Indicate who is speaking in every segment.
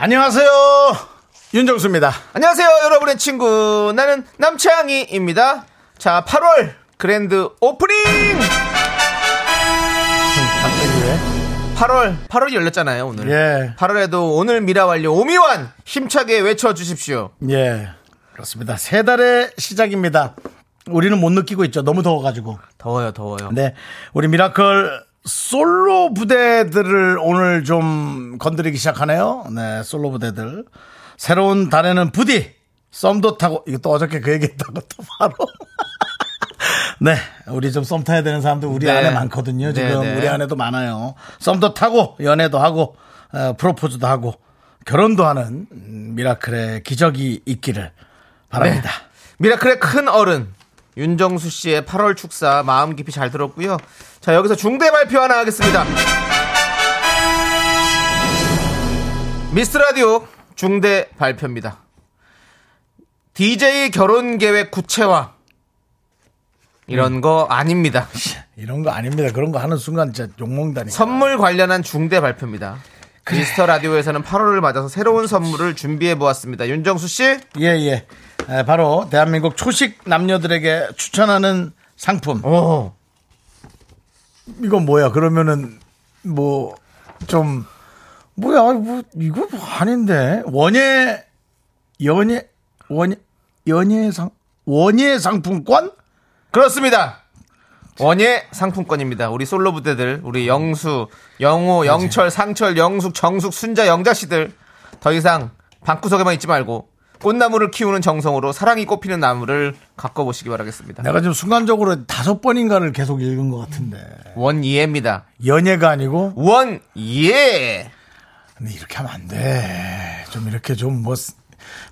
Speaker 1: 안녕하세요. 윤정수입니다.
Speaker 2: 안녕하세요, 여러분의 친구. 나는 남창희입니다. 자, 8월 그랜드 오프닝!
Speaker 1: 갑자기
Speaker 2: 8월, 8월이 열렸잖아요, 오늘.
Speaker 1: 예.
Speaker 2: 8월에도 오늘 미라 완료 오미완 힘차게 외쳐주십시오.
Speaker 1: 왜? 예. 그렇습니다. 세 달의 시작입니다. 우리는 못 느끼고 있죠. 너무 더워가지고.
Speaker 2: 더워요, 더워요.
Speaker 1: 네. 우리 미라클 솔로 부대들을 오늘 좀 건드리기 시작하네요. 네. 솔로 부대들. 새로운 달에는 부디 썸도 타고, 이거 또 어저께 그 얘기했다고 또 바로. 네. 우리 좀 썸 타야 되는 사람들 우리
Speaker 2: 네.
Speaker 1: 안에 많거든요. 지금
Speaker 2: 네, 네.
Speaker 1: 우리 안에도 많아요. 썸도 타고, 연애도 하고, 어, 프로포즈도 하고, 결혼도 하는 음, 미라클의 기적이 있기를 바랍니다.
Speaker 2: 미라클의 큰 어른. 윤정수 씨의 8월 축사 마음 깊이 잘 들었고요. 자, 여기서 중대 발표 하나 하겠습니다. 미스 라디오 중대 발표입니다. DJ 결혼 계획 구체화. 이런 거 아닙니다.
Speaker 1: 이런 거 아닙니다. 그런 거 하는 순간 진짜 욕먹다니.
Speaker 2: 선물 관련한 중대 발표입니다. 미스터 라디오에서는 8월을 맞아서 새로운 선물을 준비해 보았습니다. 윤정수 씨,
Speaker 1: 예, 예. 에, 바로 대한민국 초식 남녀들에게 추천하는 상품.
Speaker 2: 어,
Speaker 1: 이건 뭐야? 그러면은 뭐 좀 뭐야? 아니, 뭐 이거 뭐 아닌데. 원예 연예 원예 연예상 원예 상품권?
Speaker 2: 그렇습니다. 원예 상품권입니다. 우리 솔로 부대들, 우리 영수, 영호, 영철, 상철, 영숙, 정숙, 순자, 영자 씨들 더 이상 방구석에만 있지 말고 꽃나무를 키우는 정성으로 사랑이 꽃피는 나무를 가꿔 보시기 바라겠습니다.
Speaker 1: 내가 지금 순간적으로 다섯 번인가를 계속 읽은 것 같은데.
Speaker 2: 원예입니다.
Speaker 1: 연예가 아니고
Speaker 2: 원예.
Speaker 1: 근데 이렇게 하면 안 돼. 좀 이렇게 좀 뭐,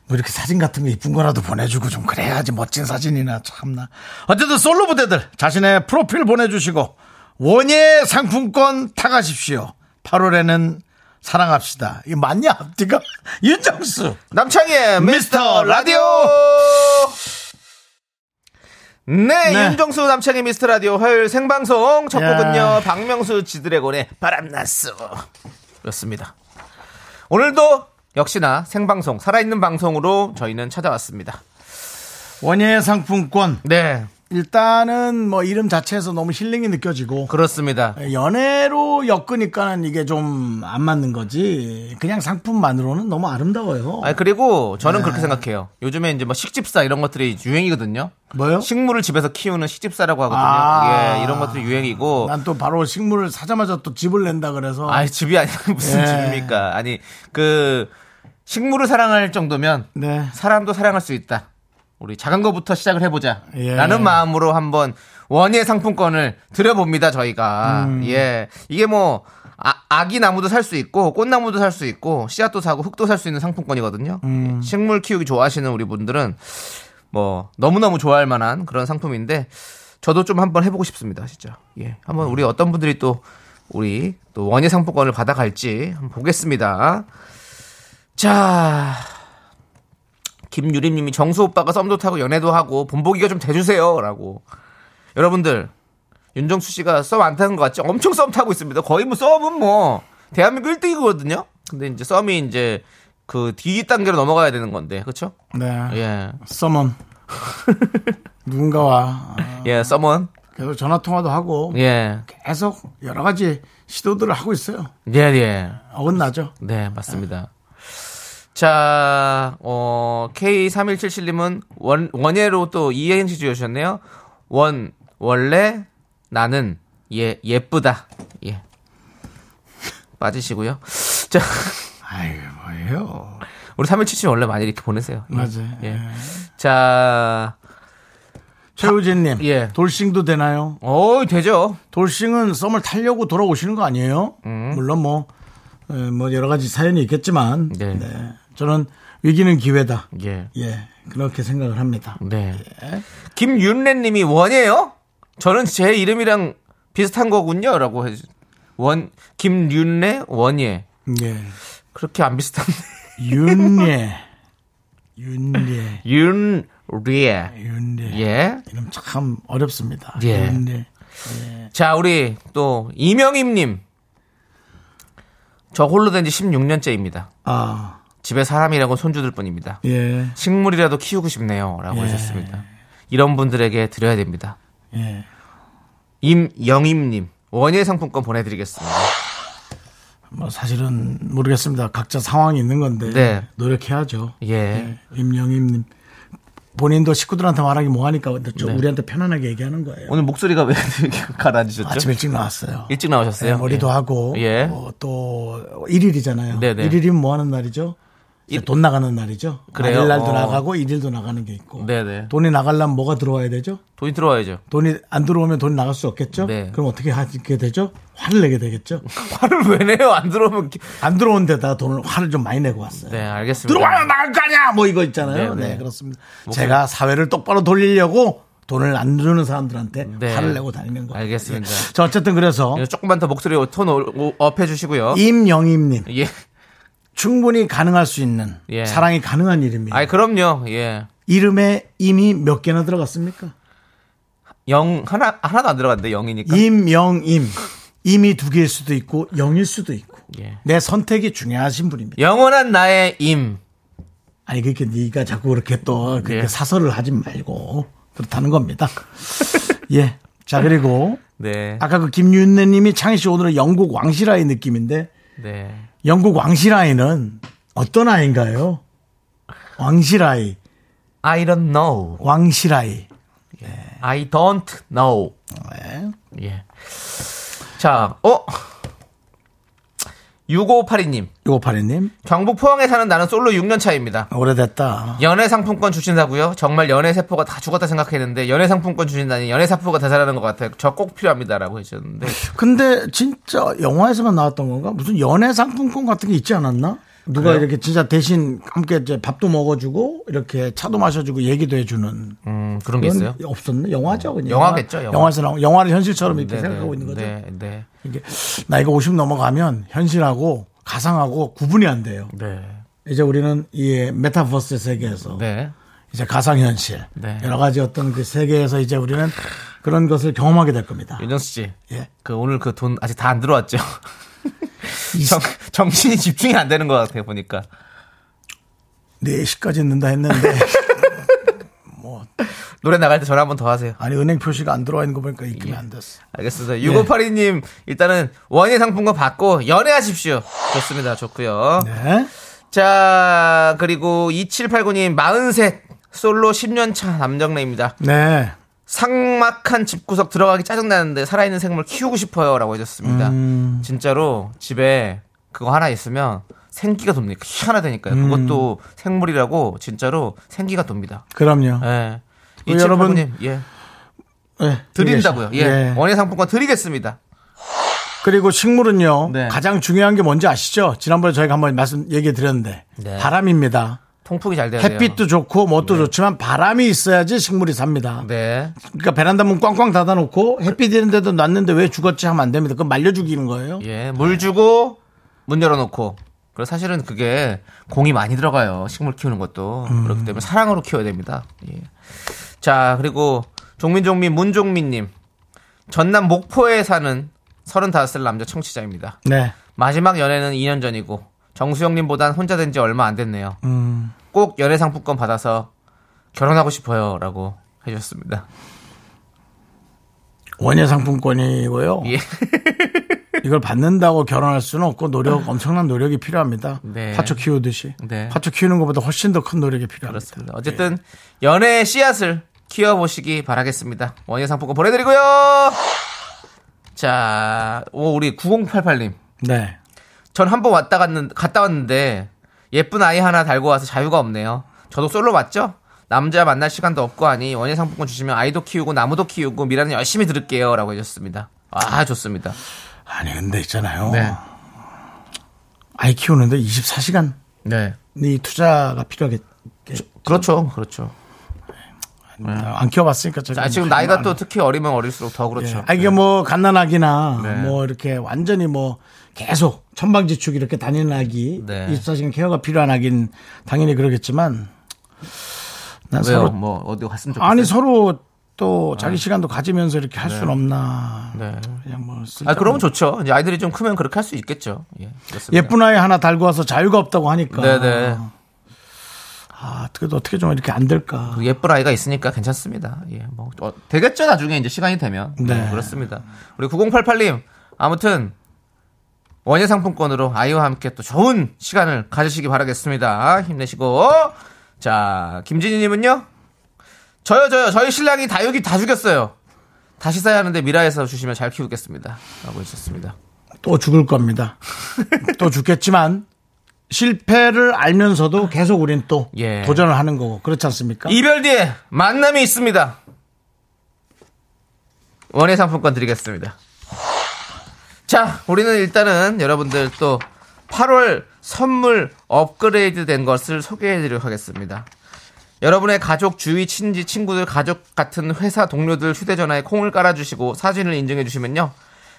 Speaker 1: 뭐 이렇게 사진 같은 거 이쁜 거라도 보내주고 좀 그래야지 멋진 사진이나 참나. 어쨌든 솔로 부대들 자신의 프로필 보내주시고 원예 상품권 타가십시오. 8월에는 사랑합시다. 이거 맞냐 앞뒤가? 윤정수.
Speaker 2: 남창희의 미스터
Speaker 1: 미스터
Speaker 2: 라디오! 네,
Speaker 1: 네.
Speaker 2: 윤정수 남창희 미스터 라디오 화요일 생방송 첫
Speaker 1: 야.
Speaker 2: 곡은요, 박명수 지드래곤의 바람났어. 였습니다. 오늘도 역시나 생방송, 살아있는 방송으로 저희는 찾아왔습니다.
Speaker 1: 원예 상품권.
Speaker 2: 네,
Speaker 1: 일단은 뭐 이름 자체에서 너무 힐링이 느껴지고
Speaker 2: 그렇습니다.
Speaker 1: 연애로 엮으니까는 이게 좀 안 맞는 거지. 그냥 상품만으로는 너무 아름다워요.
Speaker 2: 아 그리고 저는 그렇게 생각해요. 요즘에 이제 뭐 식집사 이런 것들이 유행이거든요.
Speaker 1: 뭐요?
Speaker 2: 식물을 집에서 키우는 식집사라고 하거든요.
Speaker 1: 아.
Speaker 2: 예, 이런 것들이 유행이고.
Speaker 1: 난 또 바로 식물을 사자마자 또 집을 낸다 그래서
Speaker 2: 아 집이 아니라 무슨
Speaker 1: 예.
Speaker 2: 집입니까? 아니 그 식물을 사랑할 정도면
Speaker 1: 네.
Speaker 2: 사람도 사랑할 수 있다. 우리 작은 거부터 시작을 해보자.
Speaker 1: 예.
Speaker 2: 라는 마음으로 한번 원예 상품권을 드려봅니다 저희가. 예 이게 뭐 아, 아기 나무도 살 수 있고 꽃나무도 살 수 있고 씨앗도 사고 흙도 살 수 있는 상품권이거든요. 예, 식물 키우기 좋아하시는 우리 분들은 뭐 너무너무 좋아할 만한 그런 상품인데 저도 좀 한번 해보고 싶습니다 진짜 예 한번 우리 어떤 분들이 또 우리 또 원예 상품권을 받아갈지 한번 보겠습니다 자 김유림님이 정수 오빠가 썸도 타고 연애도 하고 본보기가 좀 돼주세요라고 여러분들 윤정수 씨가 썸 안 타는 것 같죠? 엄청 썸 타고 있습니다. 거의 뭐 썸은 뭐 대한민국 1등이거든요. 근데 이제 썸이 이제 그 뒤 단계로 넘어가야 되는 건데 그렇죠?
Speaker 1: 네.
Speaker 2: 예.
Speaker 1: 서먼 누군가와 아,
Speaker 2: 예, 써먼.
Speaker 1: 계속 전화 통화도 하고
Speaker 2: 예.
Speaker 1: 계속 여러 가지 시도들을 하고 있어요.
Speaker 2: 예, 예.
Speaker 1: 어긋나죠.
Speaker 2: 네, 맞습니다. 자, 어, K3177님은 원, 원예로 또 이행시 주셨네요. 원, 원래 나는 예, 예쁘다. 예. 빠지시고요. 자,
Speaker 1: 아유 뭐예요?
Speaker 2: 우리 3177 원래 많이 이렇게 보내세요. 예.
Speaker 1: 맞아요.
Speaker 2: 예. 자,
Speaker 1: 최우진님,
Speaker 2: 예.
Speaker 1: 돌싱도 되나요?
Speaker 2: 어 되죠.
Speaker 1: 돌싱은 썸을 타려고
Speaker 2: 음.
Speaker 1: 예, 돌아오시는 거 아니에요? 물론 뭐, 에, 뭐 여러 가지 사연이 있겠지만
Speaker 2: 네.
Speaker 1: 네. 저는 위기는 기회다.
Speaker 2: 예.
Speaker 1: 예, 그렇게 생각을 합니다.
Speaker 2: 네. 김윤래님이 원이에요? 저는 제 이름이랑 비슷한 거군요라고 해주. 원 김윤래 원예
Speaker 1: 예.
Speaker 2: 그렇게 안 비슷한데
Speaker 1: 윤예. 윤예.
Speaker 2: 윤리에
Speaker 1: 윤예.
Speaker 2: 예.
Speaker 1: 이름 참 어렵습니다.
Speaker 2: 예.
Speaker 1: 윤예.
Speaker 2: 자 우리 또 이명임님 저 홀로 된 지 16년째입니다.
Speaker 1: 아,
Speaker 2: 집에 사람이라고 손주들 뿐입니다.
Speaker 1: 예.
Speaker 2: 식물이라도 키우고 싶네요라고 하셨습니다. 이런 분들에게 드려야 됩니다.
Speaker 1: 예.
Speaker 2: 임영임님 원예 상품권 보내드리겠습니다.
Speaker 1: 뭐 사실은 모르겠습니다. 각자 상황이 있는 건데
Speaker 2: 네.
Speaker 1: 노력해야죠.
Speaker 2: 예.
Speaker 1: 임영임님 본인도 식구들한테 말하기 뭐하니까 근데 좀
Speaker 2: 네.
Speaker 1: 우리한테 편안하게 얘기하는 거예요.
Speaker 2: 오늘 목소리가 왜 이렇게 가라앉으셨죠?
Speaker 1: 아침 일찍 나왔어요.
Speaker 2: 일찍 나오셨어요?
Speaker 1: 네, 머리도
Speaker 2: 예.
Speaker 1: 하고
Speaker 2: 예.
Speaker 1: 어, 또 일일이잖아요.
Speaker 2: 네네.
Speaker 1: 일일이면 뭐 하는 날이죠? 이제 돈 나가는 날이죠.
Speaker 2: 그래요?
Speaker 1: 일 날도
Speaker 2: 어.
Speaker 1: 나가고 일일도 나가는 게 있고.
Speaker 2: 네네.
Speaker 1: 돈이 나가려면 뭐가 들어와야 되죠?
Speaker 2: 돈이 들어와야죠.
Speaker 1: 돈이 안 들어오면 돈이 나갈 수 없겠죠?
Speaker 2: 네.
Speaker 1: 그럼 어떻게 하게 되죠? 화를 내게 되겠죠?
Speaker 2: 화를 왜 내요? 안 들어오면. 기-
Speaker 1: 안 들어온 데다 돈을 화를 좀 많이 내고 왔어요.
Speaker 2: 네, 알겠습니다.
Speaker 1: 들어와야 나갈 거 아니야! 뭐 이거 있잖아요.
Speaker 2: 네,
Speaker 1: 네,
Speaker 2: 네.
Speaker 1: 그렇습니다. 제가 사회를 똑바로 돌리려고 돈을 안 주는 사람들한테
Speaker 2: 네.
Speaker 1: 화를 내고 다니는 거예요.
Speaker 2: 알겠습니다.
Speaker 1: 예. 자, 어쨌든 그래서
Speaker 2: 예, 조금만 더 목소리 톤 올- 오- 업해 주시고요.
Speaker 1: 임영임님
Speaker 2: 예.
Speaker 1: 충분히 가능할 수 있는
Speaker 2: 예.
Speaker 1: 사랑이 가능한 이름이에요.
Speaker 2: 아이, 그럼요. 예.
Speaker 1: 이름에 임이 몇 개나 들어갔습니까?
Speaker 2: 영, 하나, 하나도 안 들어갔는데, 영이니까.
Speaker 1: 임영임. 임이 두 개일 수도 있고 영일 수도 있고
Speaker 2: 예.
Speaker 1: 내 선택이 중요하신 분입니다.
Speaker 2: 영원한 나의 임.
Speaker 1: 아니 그렇게 네가 자꾸 그렇게 또 그렇게
Speaker 2: 예.
Speaker 1: 사설을 하지 말고 그렇다는 겁니다. 예. 자 그리고
Speaker 2: 네.
Speaker 1: 아까 그 김윤래님이 창희 씨 오늘은 영국 왕실아이 느낌인데
Speaker 2: 네.
Speaker 1: 영국 왕실아이는 어떤 아이인가요? 왕실아이,
Speaker 2: I don't know.
Speaker 1: 왕실아이.
Speaker 2: I don't know.
Speaker 1: 네.
Speaker 2: 예. 자, 어? 6582님.
Speaker 1: 요파리님
Speaker 2: 경북 포항에 사는 나는 솔로 6년 차입니다.
Speaker 1: 오래됐다.
Speaker 2: 연애 상품권 주신다고요? 정말 연애 세포가 다 죽었다 생각했는데 연애 상품권 주신다니 연애 세포가 대사라는 것 같아요. 저 꼭 필요합니다라고 해주셨는데
Speaker 1: 근데 진짜 영화에서만 나왔던 건가? 무슨 연애 상품권 같은 게 있지 않았나? 누가
Speaker 2: 그래요?
Speaker 1: 이렇게 진짜 대신 함께 이제 밥도 먹어주고 이렇게 차도 마셔주고 얘기도 해주는
Speaker 2: 음 그런 게
Speaker 1: 그건
Speaker 2: 있어요?
Speaker 1: 없었네 영화죠 그냥
Speaker 2: 영화겠죠, 영화.
Speaker 1: 에서 나온 영화를 현실처럼 이렇게
Speaker 2: 네,
Speaker 1: 생각하고 있는 거죠
Speaker 2: 네, 네,
Speaker 1: 이게 나이가 50 넘어가면 현실하고 가상하고 구분이 안 돼요
Speaker 2: 네,
Speaker 1: 이제 우리는 이 메타버스 세계에서
Speaker 2: 네.
Speaker 1: 이제 가상현실
Speaker 2: 네.
Speaker 1: 여러 가지 어떤 그 세계에서 이제 우리는 그런 것을 경험하게 될 겁니다
Speaker 2: 윤정수 씨,
Speaker 1: 예.
Speaker 2: 그 오늘 그 돈 아직 다 안 들어왔죠? 정, 정신이 집중이 안 되는 것 같아요 보니까.
Speaker 1: 4시까지 있는다 했는데
Speaker 2: 노래 나갈 때 전화 한 번 더 하세요.
Speaker 1: 아니 은행 표시가 안 들어와 있는 거 보니까 입금이
Speaker 2: 예.
Speaker 1: 안 됐어.
Speaker 2: 알겠습니다.
Speaker 1: 예.
Speaker 2: 6582님 일단은 원예 상품권 받고 연애하십시오. 좋습니다. 좋고요.
Speaker 1: 네.
Speaker 2: 자, 그리고 2789님 43 솔로 10년차 남정래입니다.
Speaker 1: 네.
Speaker 2: 상막한 집구석 들어가기 짜증나는데 살아있는 생물 키우고 싶어요 라고 해줬습니다
Speaker 1: 음.
Speaker 2: 진짜로 집에 그거 하나 있으면 생기가 돕니다 희한하다니까요
Speaker 1: 음.
Speaker 2: 그것도 생물이라고 진짜로 생기가 돕니다
Speaker 1: 그럼요.
Speaker 2: 예.
Speaker 1: 그 여러분,
Speaker 2: 이칠팔구님, 예.
Speaker 1: 네,
Speaker 2: 드린다고요 예.
Speaker 1: 이해하시- 예.
Speaker 2: 원예상품권 드리겠습니다
Speaker 1: 그리고 식물은요.
Speaker 2: 네.
Speaker 1: 가장 중요한 게 뭔지 아시죠? 지난번에 저희가 한번 말씀 얘기해 드렸는데
Speaker 2: 네.
Speaker 1: 바람입니다.
Speaker 2: 통풍이 잘 돼야 돼요
Speaker 1: 햇빛도 좋고 뭣도 좋지만 바람이 있어야지 식물이 삽니다.
Speaker 2: 네
Speaker 1: 그러니까 베란다 문 꽝꽝 닫아놓고 햇빛 있는데도 놨는데 왜 죽었지 하면 안 됩니다. 그건 말려 죽이는 거예요.
Speaker 2: 예, 물 주고 문 열어놓고. 그리고 사실은 그게 공이 많이 들어가요. 식물 키우는 것도 그렇기 때문에 사랑으로 키워야 됩니다. 예. 자, 그리고 종민종민 문종민님 전남 목포에 사는 35살 남자 청취자입니다.
Speaker 1: 네.
Speaker 2: 마지막 연애는 2년 전이고 정수영님보단 혼자 된 지 얼마 안 됐네요.
Speaker 1: 음,
Speaker 2: 꼭 연애 상품권 받아서 결혼하고 싶어요라고 해주셨습니다.
Speaker 1: 원예 상품권이고요.
Speaker 2: 예.
Speaker 1: 이걸 받는다고 결혼할 수는 없고 노력 엄청난 노력이 필요합니다.
Speaker 2: 아. 네.
Speaker 1: 화초 키우듯이
Speaker 2: 네.
Speaker 1: 화초 키우는 것보다 훨씬 더 큰 노력이 필요합니다.
Speaker 2: 그렇습니다. 어쨌든 연애의 씨앗을 키워보시기 바라겠습니다. 원예 상품권 보내드리고요. 자, 오, 우리 9088님.
Speaker 1: 네.
Speaker 2: 전 한 번 왔다 갔는, 갔다 왔는데 예쁜 아이 하나 달고 와서 자유가 없네요. 저도 솔로 맞죠? 남자 만날 시간도 없고 하니 원예 상품권 주시면 아이도 키우고 나무도 키우고 미라는 열심히 들을게요. 라고 해줬습니다. 아, 좋습니다.
Speaker 1: 네.
Speaker 2: 네.
Speaker 1: 아니 근데 있잖아요. 아이 키우는데 24시간
Speaker 2: 네.
Speaker 1: 이 투자가 필요하겠.
Speaker 2: 그렇죠, 그렇죠.
Speaker 1: 아, 안 키워봤으니까 제가
Speaker 2: 아. 자, 지금
Speaker 1: 뭐
Speaker 2: 나이가
Speaker 1: 안-
Speaker 2: 또 특히 어리면 어릴수록 더 그렇죠.
Speaker 1: 예. 아, 이게 뭐, 갓난아기나,
Speaker 2: 네.
Speaker 1: 뭐, 이렇게 완전히 뭐, 계속 천방지축 이렇게 다니는 아기,
Speaker 2: 네.
Speaker 1: 24시간 케어가 필요한 아기는 당연히 그러겠지만, 난
Speaker 2: 왜요?
Speaker 1: 서로,
Speaker 2: 뭐 어디 갔으면 좋겠어요.
Speaker 1: 아니, 서로 또 자기 시간도 가지면서 이렇게 할 수는 없나.
Speaker 2: 네.
Speaker 1: 그냥 뭐, 쓸
Speaker 2: 아, 그러면 좋죠. 이제 아이들이 좀 크면 그렇게 할 수 있겠죠. 예, 그렇습니다.
Speaker 1: 예쁜 아이 하나 달고 와서 자유가 없다고 하니까.
Speaker 2: 네네.
Speaker 1: 아, 그래도 어떻게 좀 이렇게 안 될까.
Speaker 2: 그 예쁜 아이가 있으니까 괜찮습니다. 예, 뭐 어, 되겠죠 나중에 이제 시간이 되면.
Speaker 1: 네.
Speaker 2: 네, 그렇습니다. 우리 9088님 아무튼 원예 상품권으로 아이와 함께 또 좋은 시간을 가지시기 바라겠습니다. 힘내시고 자 김진희님은요. 저요 저요 저희 신랑이 다육이 다 죽였어요. 다시 사야 하는데 미라에서 주시면 잘 키우겠습니다. 라고 해주셨습니다.
Speaker 1: 또 죽을 겁니다. 또 죽겠지만, 실패를 알면서도 계속 우린 또
Speaker 2: 예.
Speaker 1: 도전을 하는 거고, 그렇지 않습니까?
Speaker 2: 이별 뒤에 만남이 있습니다. 원예 상품권 드리겠습니다. 자, 우리는 일단은 여러분들 또 8월 선물 업그레이드 된 것을 소개해 드리도록 하겠습니다. 여러분의 가족, 주위, 친지, 친구들, 가족 같은 회사 동료들 휴대전화에 콩을 깔아주시고 사진을 인증해 주시면요.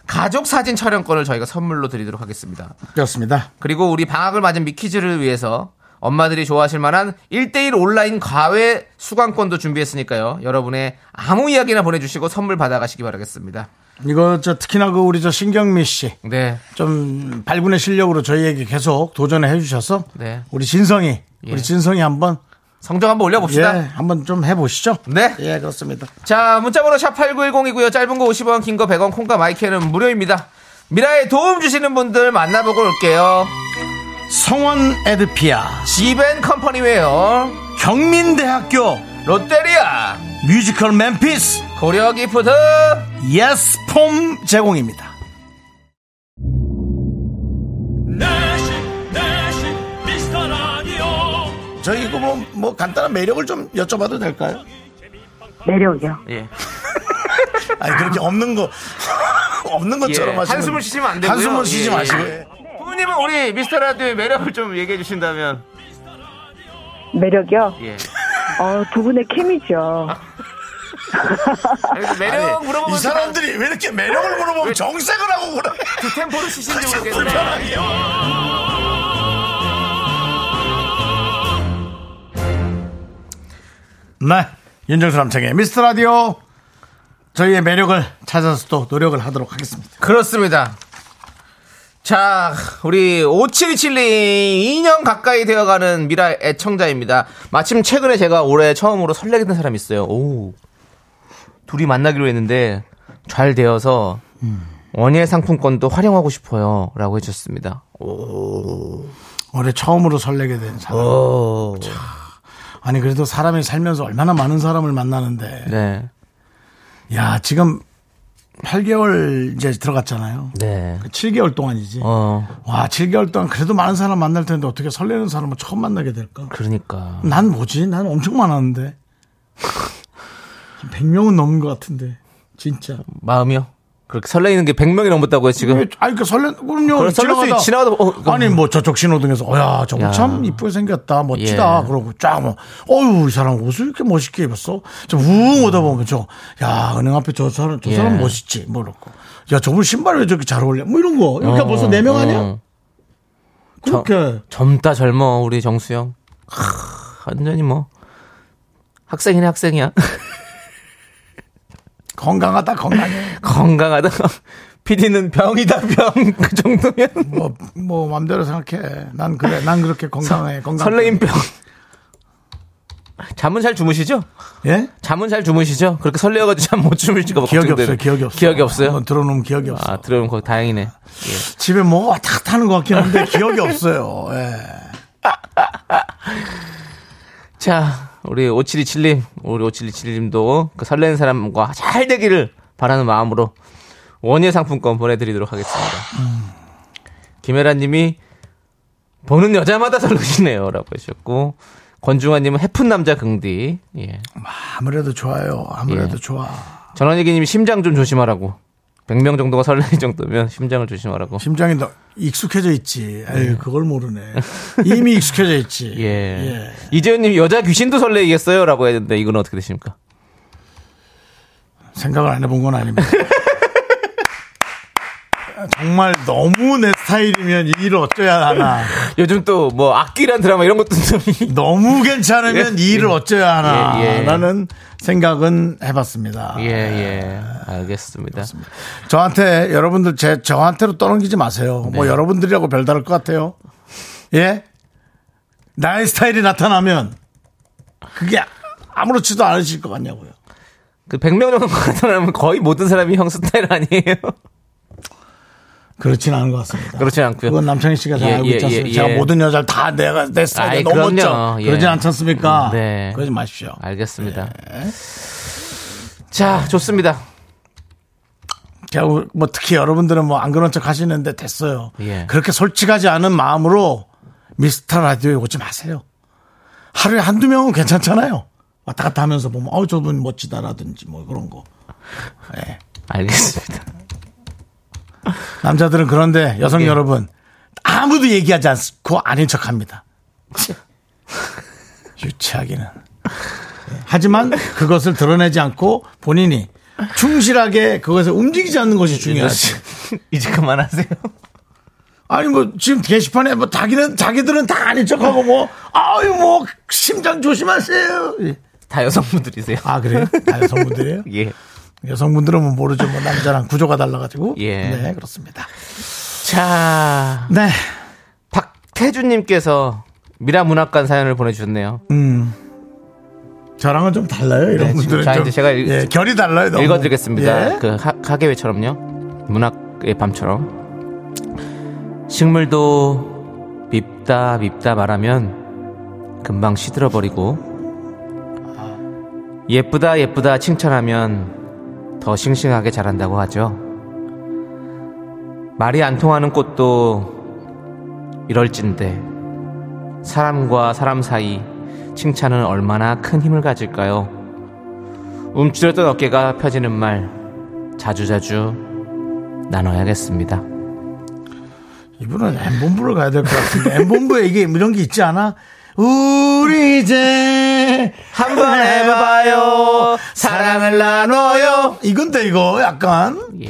Speaker 2: 가족 사진 촬영권을 저희가 선물로 드리도록 하겠습니다.
Speaker 1: 그렇습니다.
Speaker 2: 그리고 우리 방학을 맞은 미키즈를 위해서 엄마들이 좋아하실 만한 1대1 온라인 과외 수강권도 준비했으니까요. 여러분의 아무 이야기나 보내주시고 선물 받아가시기 바라겠습니다.
Speaker 1: 이거 저 특히나 그 우리 저 신경미 씨.
Speaker 2: 네.
Speaker 1: 좀 발군의 실력으로 저희에게 계속 도전을 해주셔서
Speaker 2: 네.
Speaker 1: 우리 진성이
Speaker 2: 예.
Speaker 1: 우리 진성이 한번
Speaker 2: 성적 한번
Speaker 1: 예
Speaker 2: 올려봅시다.
Speaker 1: 한번 좀 해보시죠.
Speaker 2: 네.
Speaker 1: 예 그렇습니다.
Speaker 2: 자, 문자번호 샵8910이고요. 짧은 거 50원, 긴 거 100원, 콩과 마이크는 무료입니다. 미라에 도움 주시는 분들 만나보고 올게요.
Speaker 1: 성원 에드피아
Speaker 2: 지벤 컴퍼니웨어,
Speaker 1: 경민대학교
Speaker 2: 롯데리아,
Speaker 1: 뮤지컬 맨피스
Speaker 2: 고려 기프트,
Speaker 1: 예스폼 제공입니다.
Speaker 3: 내시 내시 미스터 라디오
Speaker 1: 저희 이거 뭐, 뭐 간단한 매력을 좀 여쭤봐도 될까요?
Speaker 4: 매력이요.
Speaker 2: 예.
Speaker 1: 아니 그렇게 없는 거 없는 것처럼
Speaker 2: 예,
Speaker 1: 하시면
Speaker 2: 한숨을 쉬시면 안 되고요.
Speaker 1: 한숨을 쉬지
Speaker 2: 예, 예.
Speaker 1: 마시고
Speaker 2: 부모님은 우리 미스터 라디오의 매력을 좀 얘기해 주신다면
Speaker 4: 매력이요?
Speaker 2: 예.
Speaker 4: 어, 두 분의 케미죠.
Speaker 2: 아니, 매력 물어보면
Speaker 1: 이 사람들이 왜 이렇게 매력을 물어보면 정색을 하고 그래?
Speaker 2: 두 템포를 치신지 모르겠네.
Speaker 1: 네. 윤정수 남창의 미스터 라디오. 저희의 매력을 찾아서 또 노력을 하도록 하겠습니다.
Speaker 2: 그렇습니다. 자, 우리 5727님 2년 가까이 되어가는 미라 애청자입니다. 마침 최근에 제가 올해 처음으로 설레게 된 사람이 있어요. 오, 둘이 만나기로 했는데 잘 되어서 원예 상품권도 활용하고 싶어요.라고 해주셨습니다.
Speaker 1: 올해 처음으로 설레게 된 사람.
Speaker 2: 오,
Speaker 1: 아니, 그래도 사람이 살면서 얼마나 많은 사람을 만나는데.
Speaker 2: 네,
Speaker 1: 야, 지금 8개월 이제 들어갔잖아요. 그
Speaker 2: 네,
Speaker 1: 7개월 동안이지.
Speaker 2: 어,
Speaker 1: 와, 7개월 동안 그래도 많은 사람 만날 텐데 어떻게 설레는 사람을 처음 만나게 될까?
Speaker 2: 그러니까.
Speaker 1: 난 뭐지? 난 엄청 많았는데. 한 100명은 넘은 것 같은데. 진짜.
Speaker 2: 뭐. 마음이요? 그렇게 설레이는 게 100명이 넘었다고요, 지금?
Speaker 1: 왜, 아니, 그 설레, 그럼요.
Speaker 2: 그럼 설렐 수 있- 지나가다 보- 어, 그럼-
Speaker 1: 아니, 뭐 저쪽 신호등에서, 어, 야, 저거
Speaker 2: 야.
Speaker 1: 참 이쁘게 생겼다. 멋지다.
Speaker 2: 예.
Speaker 1: 그러고 쫙 뭐, 어유, 이 사람 옷을 이렇게 멋있게 입었어. 좀 우웅 오다 보면 저, 야, 은행 앞에 저 사람, 저
Speaker 2: 예.
Speaker 1: 사람 멋있지. 뭐, 이렇고. 야, 저분 신발 왜 저렇게 잘 어울려? 뭐 이런 거. 그러니까 벌써 네 명 아니야?
Speaker 2: 어.
Speaker 1: 그렇게.
Speaker 2: 젊다 젊어, 우리 정수영. 크, 완전히 뭐. 학생이네, 학생이야.
Speaker 1: 건강하다, 건강해.
Speaker 2: 건강하다. PD는 병이다, 병. 그 정도면.
Speaker 1: 뭐, 뭐, 맘대로 생각해. 난 그래. 난 그렇게 건강해. 건강.
Speaker 2: 설레임 병. 잠은 잘 주무시죠?
Speaker 1: 예?
Speaker 2: 잠은 잘 주무시죠? 그렇게 설레어가지고 잠 못 주무실까 봐.
Speaker 1: 기억이
Speaker 2: 걱정되네.
Speaker 1: 없어요. 기억이 없어요.
Speaker 2: 기억이 없어요?
Speaker 1: 한번 들어놓으면 기억이 없어.
Speaker 2: 아, 들어오면 거 다행이네.
Speaker 1: 집에 뭐가 왔다 갔다 하는 것 같긴 한데 기억이 없어요. 예.
Speaker 2: 자, 우리 5727님, 우리 5727님도 그 설레는 사람과 잘 되기를 바라는 마음으로 원예 상품권 보내드리도록 하겠습니다. 김혜라님이 보는 여자마다 설레시네요. 라고 하셨고, 권중환님은 해픈 남자 긍디. 예.
Speaker 1: 아무래도 좋아요. 아무래도
Speaker 2: 예.
Speaker 1: 좋아.
Speaker 2: 전원일기님이 심장 좀 조심하라고. 100명 정도가 설레이 정도면 심장을 조심하라고.
Speaker 1: 심장이 너- 익숙해져 있지. 아유, 그걸 모르네. 이미 익숙해져 있지.
Speaker 2: 예. 이재훈님 여자 귀신도 설레이겠어요라고 했는데 이건 어떻게 되십니까?
Speaker 1: 생각을 안 해본 건 아닙니다. 정말 너무 내 스타일이면 이 일 어쩌야 하나.
Speaker 2: 요즘 또 뭐 악기란 드라마 이런 것도 좀
Speaker 1: 너무 괜찮으면
Speaker 2: 예.
Speaker 1: 이 일을 어쩌야 하나.
Speaker 2: 예, 예.
Speaker 1: 라는 생각은 해봤습니다.
Speaker 2: 예, 예. 알겠습니다.
Speaker 1: 저한테 여러분들 제 저한테로 떠넘기지 마세요.
Speaker 2: 네.
Speaker 1: 뭐 여러분들이라고 별다를 것 같아요. 예? 나의 스타일이 나타나면 그게 아무렇지도 않으실 것 같냐고요.
Speaker 2: 그 100명 정도 나타나면 거의 모든 사람이 형 스타일 아니에요?
Speaker 1: 그렇진 않은 것 같습니다.
Speaker 2: 그렇진 않고요.
Speaker 1: 그건 남창희 씨가 잘
Speaker 2: 예,
Speaker 1: 알고
Speaker 2: 예,
Speaker 1: 있지 않습니까?
Speaker 2: 예,
Speaker 1: 제가
Speaker 2: 예.
Speaker 1: 모든 여자를 다 내가 내 스타일에
Speaker 2: 아이,
Speaker 1: 넘었죠.
Speaker 2: 그럼요. 예.
Speaker 1: 그러진 않지 않습니까?
Speaker 2: 네.
Speaker 1: 그러지 마십시오.
Speaker 2: 알겠습니다. 자, 좋습니다.
Speaker 1: 제가 뭐 특히 여러분들은 뭐 안 그런 척 하시는데 됐어요.
Speaker 2: 예.
Speaker 1: 그렇게 솔직하지 않은 마음으로 미스터 라디오에 오지 마세요. 하루에 한두 명은 괜찮잖아요. 왔다 갔다 하면서 보면 어 저분 멋지다라든지 뭐 그런 거.
Speaker 2: 알겠습니다.
Speaker 1: 남자들은 그런데 여성
Speaker 2: 예.
Speaker 1: 여러분 아무도 얘기하지 않고 아닌 척합니다. 유치하기는. 예. 하지만 그것을 드러내지 않고 본인이 충실하게 그것에 움직이지 않는
Speaker 2: 네,
Speaker 1: 것이 중요하지.
Speaker 2: 이제 그만하세요.
Speaker 1: 아니 뭐 지금 게시판에 뭐 자기는 자기들은 다 아닌 척하고 뭐 아유 뭐 심장 조심하세요. 예.
Speaker 2: 다 여성분들이세요.
Speaker 1: 아 그래요? 다 여성분들이에요?
Speaker 2: 예.
Speaker 1: 여성분들은 뭐 모르죠. 뭐 남자랑 구조가 달라가지고.
Speaker 2: 예.
Speaker 1: 네 그렇습니다.
Speaker 2: 자,
Speaker 1: 네.
Speaker 2: 박태준님께서 미라 문학관 사연을 보내주셨네요.
Speaker 1: 저랑은 좀 달라요. 이런
Speaker 2: 네, 지금
Speaker 1: 분들은
Speaker 2: 자,
Speaker 1: 좀
Speaker 2: 이제 제가 읽-
Speaker 1: 예, 결이 달라요. 너무.
Speaker 2: 읽어드리겠습니다.
Speaker 1: 예?
Speaker 2: 그 하, 하계회처럼요. 문학의 밤처럼 식물도 밉다 밉다 말하면 금방 시들어 버리고 예쁘다 예쁘다 칭찬하면 더 싱싱하게 자란다고 하죠. 말이 안 통하는 꽃도 이럴진데 사람과 사람 사이 칭찬은 얼마나 큰 힘을 가질까요? 움츠렸던 어깨가 펴지는 말 자주자주 나눠야겠습니다.
Speaker 1: 이분은 엠본부를 가야 될 것 같은데 엠본부에 이게 이런 게 있지 않아? 우리 이제 네.
Speaker 2: 한번 해봐요. 사랑을 나눠요.
Speaker 1: 이건데 이거 약간
Speaker 2: 예.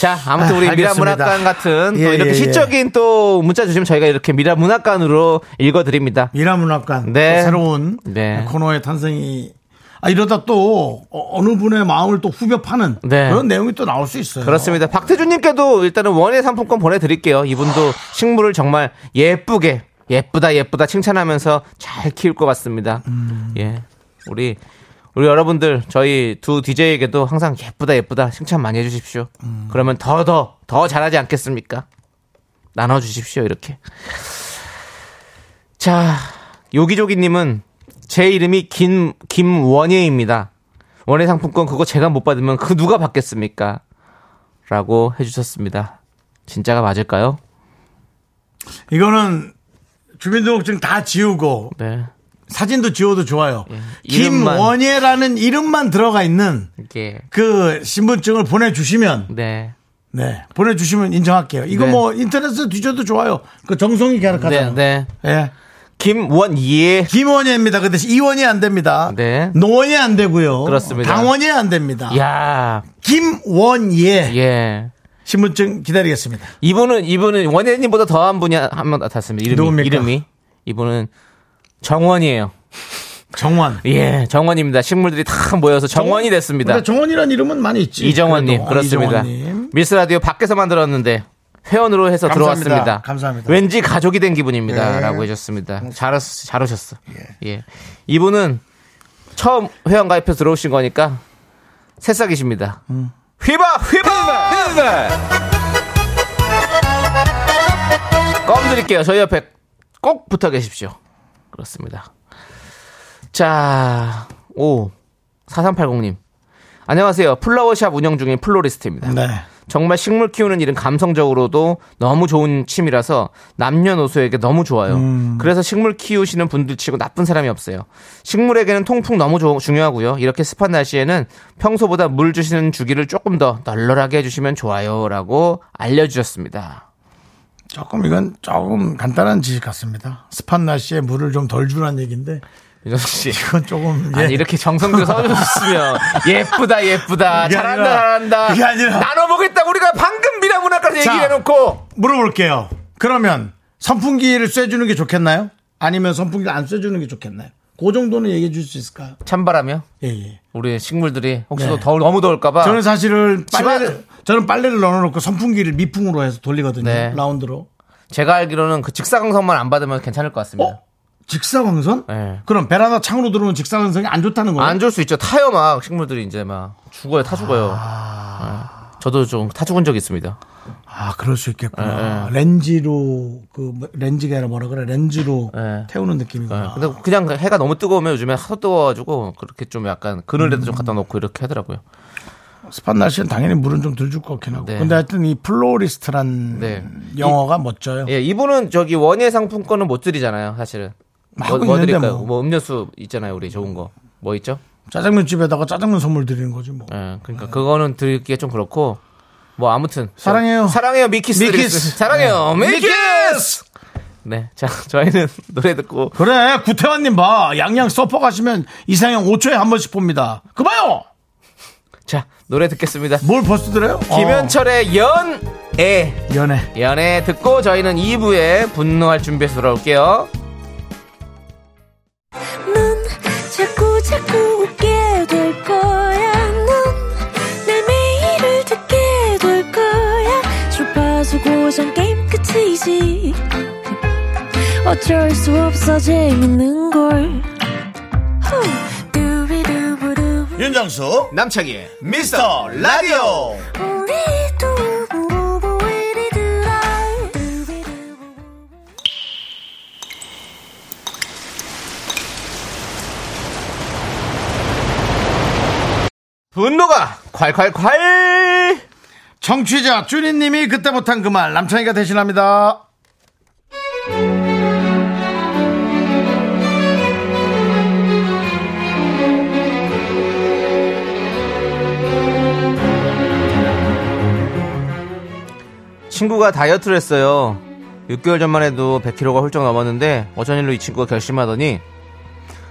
Speaker 2: 자, 아무튼
Speaker 1: 아,
Speaker 2: 우리 미라
Speaker 1: 알겠습니다.
Speaker 2: 문학관 같은
Speaker 1: 예,
Speaker 2: 또 이렇게
Speaker 1: 예, 예.
Speaker 2: 시적인 또 문자 주시면 저희가 이렇게 미라 문학관으로 읽어드립니다.
Speaker 1: 미라문학관
Speaker 2: 네.
Speaker 1: 또 새로운
Speaker 2: 네.
Speaker 1: 코너의 탄생이 아 이러다 또 어- 어느 분의 마음을 또 후벼 파는
Speaker 2: 네.
Speaker 1: 그런 내용이 또 나올 수 있어요.
Speaker 2: 그렇습니다. 박태준님께도 일단은 원예 상품권 보내드릴게요. 이분도 식물을 정말 예쁘게 예쁘다 예쁘다 칭찬하면서 잘 키울 것 같습니다. 예, 우리 우리 여러분들 저희 두 DJ에게도 항상 예쁘다 예쁘다 칭찬 많이 해주십시오. 그러면 더 더 더 잘하지 않겠습니까? 나눠주십시오 이렇게. 자, 요기조기님은 제 이름이 김 김원예입니다. 원예 상품권 그거 제가 못 받으면 그 누가 받겠습니까? 라고 해주셨습니다. 진짜가 맞을까요?
Speaker 1: 이거는 주민등록증 다 지우고
Speaker 2: 네.
Speaker 1: 사진도 지워도 좋아요.
Speaker 2: 음, 이름만.
Speaker 1: 김원예라는 이름만 들어가 있는
Speaker 2: 이게,
Speaker 1: 그 신분증을 보내주시면
Speaker 2: 네.
Speaker 1: 네 보내주시면 인정할게요. 이거
Speaker 2: 네.
Speaker 1: 뭐 인터넷에 뒤져도 좋아요. 그 정성이
Speaker 2: 네,
Speaker 1: 계약하잖아요.
Speaker 2: 네.
Speaker 1: 예.
Speaker 2: 김원예.
Speaker 1: 김원예입니다. 그 대신 이원이 안 됩니다.
Speaker 2: 네.
Speaker 1: 노원이 안 되고요.
Speaker 2: 그렇습니다.
Speaker 1: 당원이 안 됩니다.
Speaker 2: 야
Speaker 1: 김원예
Speaker 2: 예.
Speaker 1: 신분증 기다리겠습니다.
Speaker 2: 이분은, 이분은 원예님보다 더한 분이 한명 같았습니다. 이름이.
Speaker 1: 누굽니까?
Speaker 2: 이름이. 이분은 정원이에요.
Speaker 1: 정원.
Speaker 2: 예, 정원입니다. 식물들이 다 모여서 정원이 됐습니다.
Speaker 1: 근데 정원이라는 이름은 많이 있지.
Speaker 2: 이정원님,
Speaker 1: 그래도. 어,
Speaker 2: 그렇습니다.
Speaker 1: 이정원님.
Speaker 2: 밀스라디오 밖에서 만들었는데 회원으로 해서
Speaker 1: 감사합니다.
Speaker 2: 들어왔습니다.
Speaker 1: 감사합니다.
Speaker 2: 왠지 가족이 된 기분입니다.
Speaker 1: 예.
Speaker 2: 라고 해줬습니다. 잘, 잘 오셨어. 예. 이분은 처음 회원 가입해서 들어오신 거니까 새싹이십니다.
Speaker 1: 음.
Speaker 2: 휘바, 휘바, 휘바! 껌 드릴게요. 저희 옆에 꼭 붙어 계십시오. 그렇습니다. 자, 오. 4380님. 안녕하세요. 플라워샵 운영 중인 플로리스트입니다.
Speaker 1: 네.
Speaker 2: 정말 식물 키우는 일은 감성적으로도 너무 좋은 취미라서 남녀노소에게 너무 좋아요.
Speaker 1: 음.
Speaker 2: 그래서 식물 키우시는 분들 치고 나쁜 사람이 없어요. 식물에게는 통풍 너무 조- 중요하고요. 이렇게 습한 날씨에는 평소보다 물 주시는 주기를 조금 더 널널하게 해주시면 좋아요라고 알려주셨습니다.
Speaker 1: 조금 이건 조금 간단한 지식 같습니다. 습한 날씨에 물을 좀 덜 주란 얘기인데
Speaker 2: 윤정수 씨.
Speaker 1: 그건 조금 예.
Speaker 2: 아니 이렇게 정성들 써주셨으면 예쁘다 예쁘다
Speaker 1: 그게
Speaker 2: 잘한다
Speaker 1: 아니라,
Speaker 2: 잘한다
Speaker 1: 그게 아니라.
Speaker 2: 나눠보겠다 우리가 방금 미라문화까지
Speaker 1: 자.
Speaker 2: 얘기해놓고
Speaker 1: 물어볼게요. 그러면 선풍기를 쐬주는 게 좋겠나요? 아니면 선풍기를 안 쐬주는 게 좋겠나요? 그 정도는 얘기해 줄 수 있을까요?
Speaker 2: 찬바람이요
Speaker 1: 예, 예.
Speaker 2: 우리 식물들이 혹시
Speaker 1: 네.
Speaker 2: 더 더울- 너무 더울까봐
Speaker 1: 저는 사실은
Speaker 2: 집안-
Speaker 1: 빨래를, 저는 빨래를 넣어놓고 선풍기를 미풍으로 해서 돌리거든요.
Speaker 2: 네.
Speaker 1: 라운드로.
Speaker 2: 제가 알기로는 그 직사광선만 안 받으면 괜찮을 것 같습니다
Speaker 1: 어? 직사광선?
Speaker 2: 네.
Speaker 1: 그럼 베란다 창으로 들어오는 직사광선이 안 좋다는 거예요?
Speaker 2: 안 줄 수 있죠 타요 막 식물들이 이제 막 죽어요 타 죽어요 네. 저도 좀 타 죽은 적이 있습니다
Speaker 1: 아, 그럴 수
Speaker 2: 네,
Speaker 1: 있겠구나. 렌즈로, 그, 뭐- 렌즈가 아니라 뭐라 그래? 렌즈로
Speaker 2: 네.
Speaker 1: 태우는
Speaker 2: 네.
Speaker 1: 느낌이구나.
Speaker 2: 근데 그냥 해가 너무 뜨거우면 요즘에 하도 뜨거워가지고 그렇게 좀 약간 그늘에도 좀 갖다 놓고 이렇게 하더라고요
Speaker 1: 습한 날씨는 당연히 물은 좀 덜 줄 것 같긴 하고.
Speaker 2: 네.
Speaker 1: 근데 하여튼 이 플로리스트란
Speaker 2: 네.
Speaker 1: 영어가 멋져요.
Speaker 2: 예, 이분은 저기 원예 상품권은 못 드리잖아요, 사실은.
Speaker 1: 하고
Speaker 2: 뭐, 뭐
Speaker 1: 있는데
Speaker 2: 드릴까요?
Speaker 1: 뭐.
Speaker 2: 뭐. 음료수 있잖아요, 우리 좋은 거. 뭐 있죠?
Speaker 1: 짜장면 집에다가 짜장면 선물 드리는 거지 뭐.
Speaker 2: 예, 그러니까 그거는 드리기가 좀 그렇고. 뭐 아무튼
Speaker 1: 사랑해요.
Speaker 2: 사랑해요 미키스
Speaker 1: 미키스.
Speaker 2: 드리겠습니다. 사랑해요
Speaker 1: 네.
Speaker 2: 미키스 네 자 저희는 노래 듣고
Speaker 1: 그래 구태환님 봐 양양 서퍼 가시면 이상형 5초에 한 번씩 봅니다. 그봐요.
Speaker 2: 자 노래 듣겠습니다
Speaker 1: 뭘 벌써 들어요?
Speaker 2: 김현철의 연애
Speaker 1: 어, 연애.
Speaker 2: 연애 듣고 저희는 2부에 분노할 준비해서 돌아올게요
Speaker 5: 넌 자꾸 자꾸 웃게 될 거야. 넌내 매일을 듣게 될 거야. 주파수 고정 게임 끝이지. 어쩔 수 없어 재밌는 걸. 후. 두비두부두.
Speaker 1: 윤정수
Speaker 2: 남창희의 미스터 라디오
Speaker 5: 우리 두부부부 우리 두라. 두비두부부.
Speaker 2: 분노가 콸콸콸
Speaker 1: 정취자 준희님이 그때 못한 그 말 남창이가 대신합니다.
Speaker 2: 친구가 다이어트를 했어요. 6개월 전만 해도 100kg가 훌쩍 넘었는데 어쩐 일로 이 친구가 결심하더니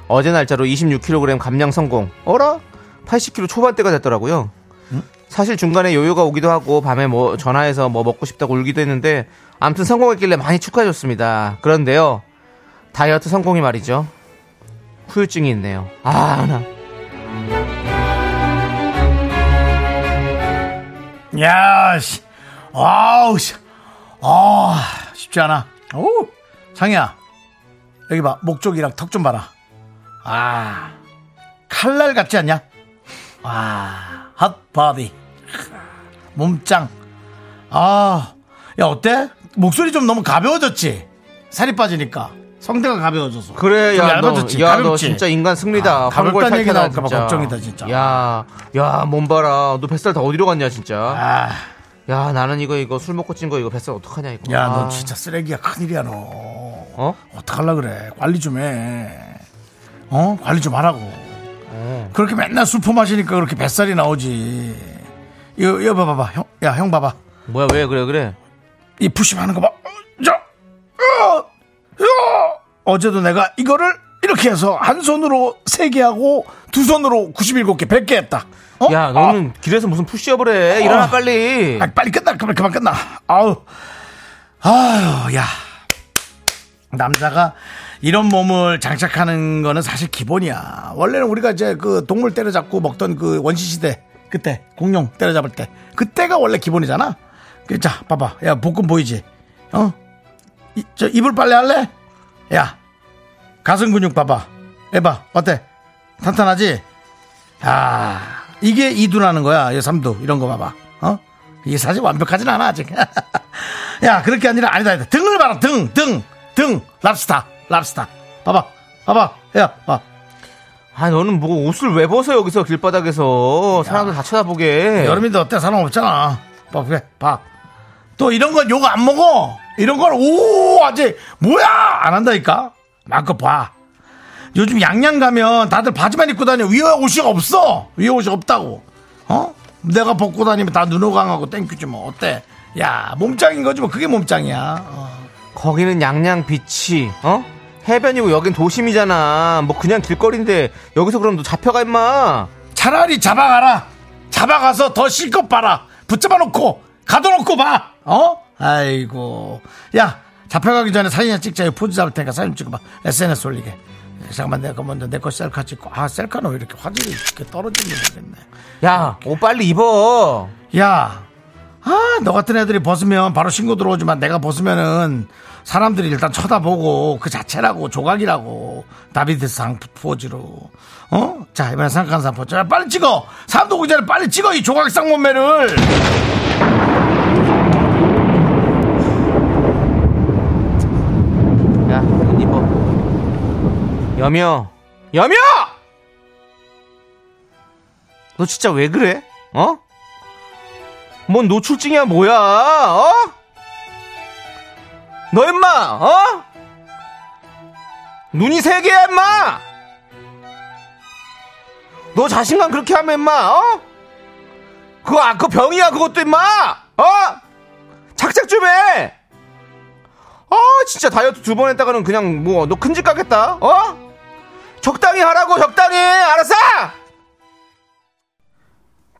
Speaker 2: 어제 날짜로 26kg 감량 성공. 어라? 80kg 초반대가 됐더라고요. 사실 중간에 요요가 오기도 하고 밤에 뭐 전화해서 뭐 먹고 싶다고 울기도 했는데 암튼 성공했길래 많이 축하해줬습니다. 그런데요. 다이어트 성공이 말이죠. 후유증이 있네요. 아, 나.
Speaker 1: 야, 씨. 아우, 씨. 아, 쉽지 않아. 오, 상이야. 여기 봐. 목 쪽이랑 턱 좀 봐라. 아, 칼날 같지 않냐? 아, 핫바디. 몸짱. 아, 야, 어때? 목소리 좀 너무 가벼워졌지? 살이 빠지니까. 성대가 가벼워져서.
Speaker 2: 그래,
Speaker 1: 좀
Speaker 2: 야,
Speaker 1: 얇아졌지?
Speaker 2: 너, 야, 너
Speaker 1: 가볍지?
Speaker 2: 진짜 인간 승리다.
Speaker 1: 아, 가볍다는
Speaker 2: 황골
Speaker 1: 얘기
Speaker 2: 탈퇴다,
Speaker 1: 나올까봐 걱정이다, 진짜.
Speaker 2: 야, 야, 몸 봐라. 너 뱃살 다 어디로 갔냐, 진짜.
Speaker 1: 아,
Speaker 2: 야, 나는 이거, 이거 술 먹고 찐 거 이거 뱃살 어떡하냐, 이거.
Speaker 1: 야,
Speaker 2: 아.
Speaker 1: 너 진짜 쓰레기야. 큰일이야, 너.
Speaker 2: 어?
Speaker 1: 어떡하려 그래. 관리 좀 해. 어? 관리 좀 하라고. 그렇게 맨날 술포 마시니까 그렇게 뱃살이 나오지. 이거, 이거 봐봐봐. 형, 야, 형 봐봐.
Speaker 2: 뭐야, 왜 그래, 그래?
Speaker 1: 이 푸시 하는 거 봐. 어, 저, 어, 어. 어제도 내가 이거를 이렇게 해서 한 손으로 세 개 하고 두 손으로 97개, 100개 했다. 어?
Speaker 2: 야,
Speaker 1: 아,
Speaker 2: 너는 길에서 무슨 푸시업을 해. 일어나,
Speaker 1: 아.
Speaker 2: 빨리.
Speaker 1: 아이, 빨리 끝나. 그만, 그만 끝나. 아우. 아유, 야. 남자가 이런 몸을 장착하는 거는 사실 기본이야. 원래는 우리가 이제 그 동물 때려잡고 먹던 그 원시시대 그때 공룡 때려잡을 때 그때가 원래 기본이잖아. 그, 자, 봐봐. 야, 복근 보이지? 어? 이, 저 이불 빨래 할래? 야, 가슴 근육 봐봐. 해봐. 어때? 탄탄하지? 아, 이게 이두라는 거야. 이 삼두 이런 거 봐봐. 어? 이게 사실 완벽하진 않아, 아직. 야, 그렇게 아니라, 아니다, 아니다. 등을 봐라, 등, 등, 등. 랍스타, 랍스타. 봐봐, 봐봐. 야, 봐.
Speaker 2: 아, 너는 뭐 옷을 왜 벗어, 여기서 길바닥에서. 사람들 다 쳐다보게.
Speaker 1: 여름인데 어때? 사람 없잖아. 밥, 왜? 밥. 또 이런 건 욕 안 먹어. 이런 걸, 오, 아직, 뭐야! 안 한다니까? 마음껏 봐. 요즘 양양 가면 다들 바지만 입고 다녀. 위에 옷이 없어. 위에 옷이 없다고. 어? 내가 벗고 다니면 다 눈호강하고 땡큐지 뭐. 어때? 야, 몸짱인 거지 뭐. 그게 몸짱이야. 어.
Speaker 2: 거기는 양양 비치, 어? 해변이고 여긴 도심이잖아. 뭐 그냥 길거리인데 여기서 그럼 너 잡혀가 임마.
Speaker 1: 차라리 잡아가라. 잡아가서 더 실컷 봐라. 붙잡아 놓고, 가둬놓고 봐. 어? 아이고. 야, 잡혀가기 전에 사진이나 찍자. 이거 포즈 잡을 테니까 사진 찍어봐. SNS 올리게. 예, 잠깐만, 내가 먼저 내 거 셀카 찍고. 아, 셀카는 왜 이렇게 화질이 이렇게 떨어지는지 모르겠네.
Speaker 2: 야, 옷 빨리 입어.
Speaker 1: 야, 아, 너 같은 애들이 벗으면 바로 신고 들어오지만 내가 벗으면은 사람들이 일단 쳐다보고 그 자체라고 조각이라고 다비드상 포즈로 어? 자 이번에 생각한 사람 포즈 야, 빨리 찍어 사람도 오기 전에 빨리 찍어 이 조각상 몸매를
Speaker 2: 야, 옷 입어. 뭐. 여며, 여며! 너 진짜 왜 그래? 어? 뭔 노출증이야 뭐야? 어? 너 임마, 어? 눈이 세 개야 임마. 너 자신감 그렇게 하면 임마, 어? 그거 아, 그 병이야 그것도 임마, 어? 착착 좀 해. 아 진짜 다이어트 두 번 했다가는 그냥 뭐 너 큰 집 가겠다 어 적당히 하라고 적당히 알았어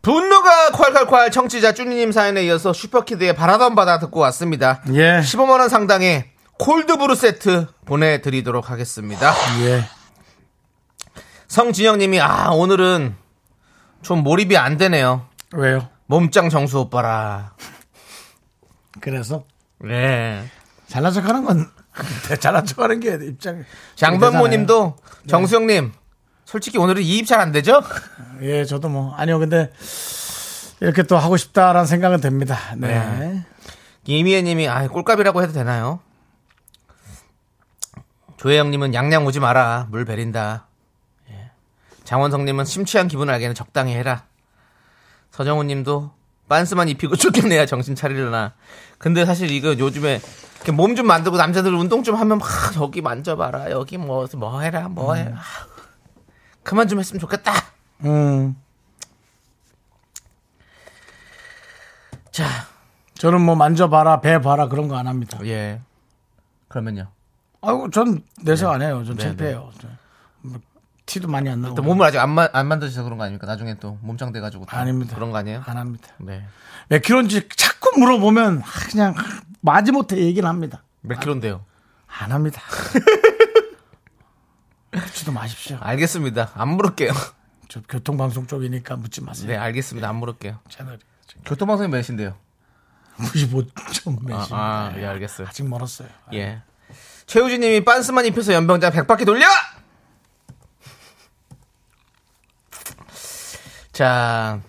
Speaker 2: 분노가 콸콸콸 청취자 쭈니님 사연에 이어서 슈퍼키드의 바라던 바다 듣고 왔습니다
Speaker 1: 예.
Speaker 2: 15만원 상당의 콜드브루 세트 보내드리도록 하겠습니다
Speaker 1: 예
Speaker 2: 성진영님이 아 오늘은 좀 몰입이 안 되네요
Speaker 1: 왜요?
Speaker 2: 몸짱 정수 오빠라
Speaker 1: 그래서
Speaker 2: 네.
Speaker 1: 잘난 척하는 건 잘난 척하는 게 입장
Speaker 2: 장변모님도 정수영님 솔직히 오늘은 이입 잘 안 되죠?
Speaker 1: 예 저도 뭐 아니요 근데 이렇게 또 하고 싶다라는 생각은 됩니다 네,
Speaker 2: 이미애님이 아 꼴값이라고 해도 되나요? 조혜영님은 양양 오지 마라 물 베린다. 예. 장원성님은 심취한 기분을 알게는 적당히 해라. 서정훈님도 빤스만 입히고 쫓겨내야 정신 차리려나. 근데 사실 이거 요즘에 몸 좀 만들고 남자들 운동 좀 하면 막 여기 만져봐라 여기 뭐 뭐 해라 뭐 해. 라 그만 좀 했으면 좋겠다.
Speaker 1: 음
Speaker 2: 자
Speaker 1: 저는 뭐 만져봐라 배 봐라 그런 거 안 합니다
Speaker 2: 예. 그러면요.
Speaker 1: 아이고 전 내색 안 해요. 전
Speaker 2: 네,
Speaker 1: 창피해요. 저, 뭐, 티도 많이 안 나고.
Speaker 2: 또 몸을 아직 안, 마- 안 만드셔서 그런 거 아닙니까? 나중에 또 몸짱 돼가지고 또
Speaker 1: 아닙니다.
Speaker 2: 그런 거 아니에요?
Speaker 1: 안 합니다.
Speaker 2: 네.
Speaker 1: 몇 킬로인지 자꾸 물어보면 아, 그냥 아, 마지못해 얘기는 합니다.
Speaker 2: 몇 킬로인데요?
Speaker 1: 안 합니다. 묻지도 마십시오.
Speaker 2: 아. 알겠습니다. 안 물을게요.
Speaker 1: 저 교통방송 쪽이니까 묻지 마세요.
Speaker 2: 네, 알겠습니다. 안 물을게요.
Speaker 1: 채널이
Speaker 2: 교통방송이 몇인데요?
Speaker 1: 95점
Speaker 2: 아,
Speaker 1: 몇이 아,
Speaker 2: 아, 예, 알겠어요.
Speaker 1: 아직 멀었어요.
Speaker 2: 예. 최우진님이 빤스만 입혀서 연병장 100바퀴 돌려! 자,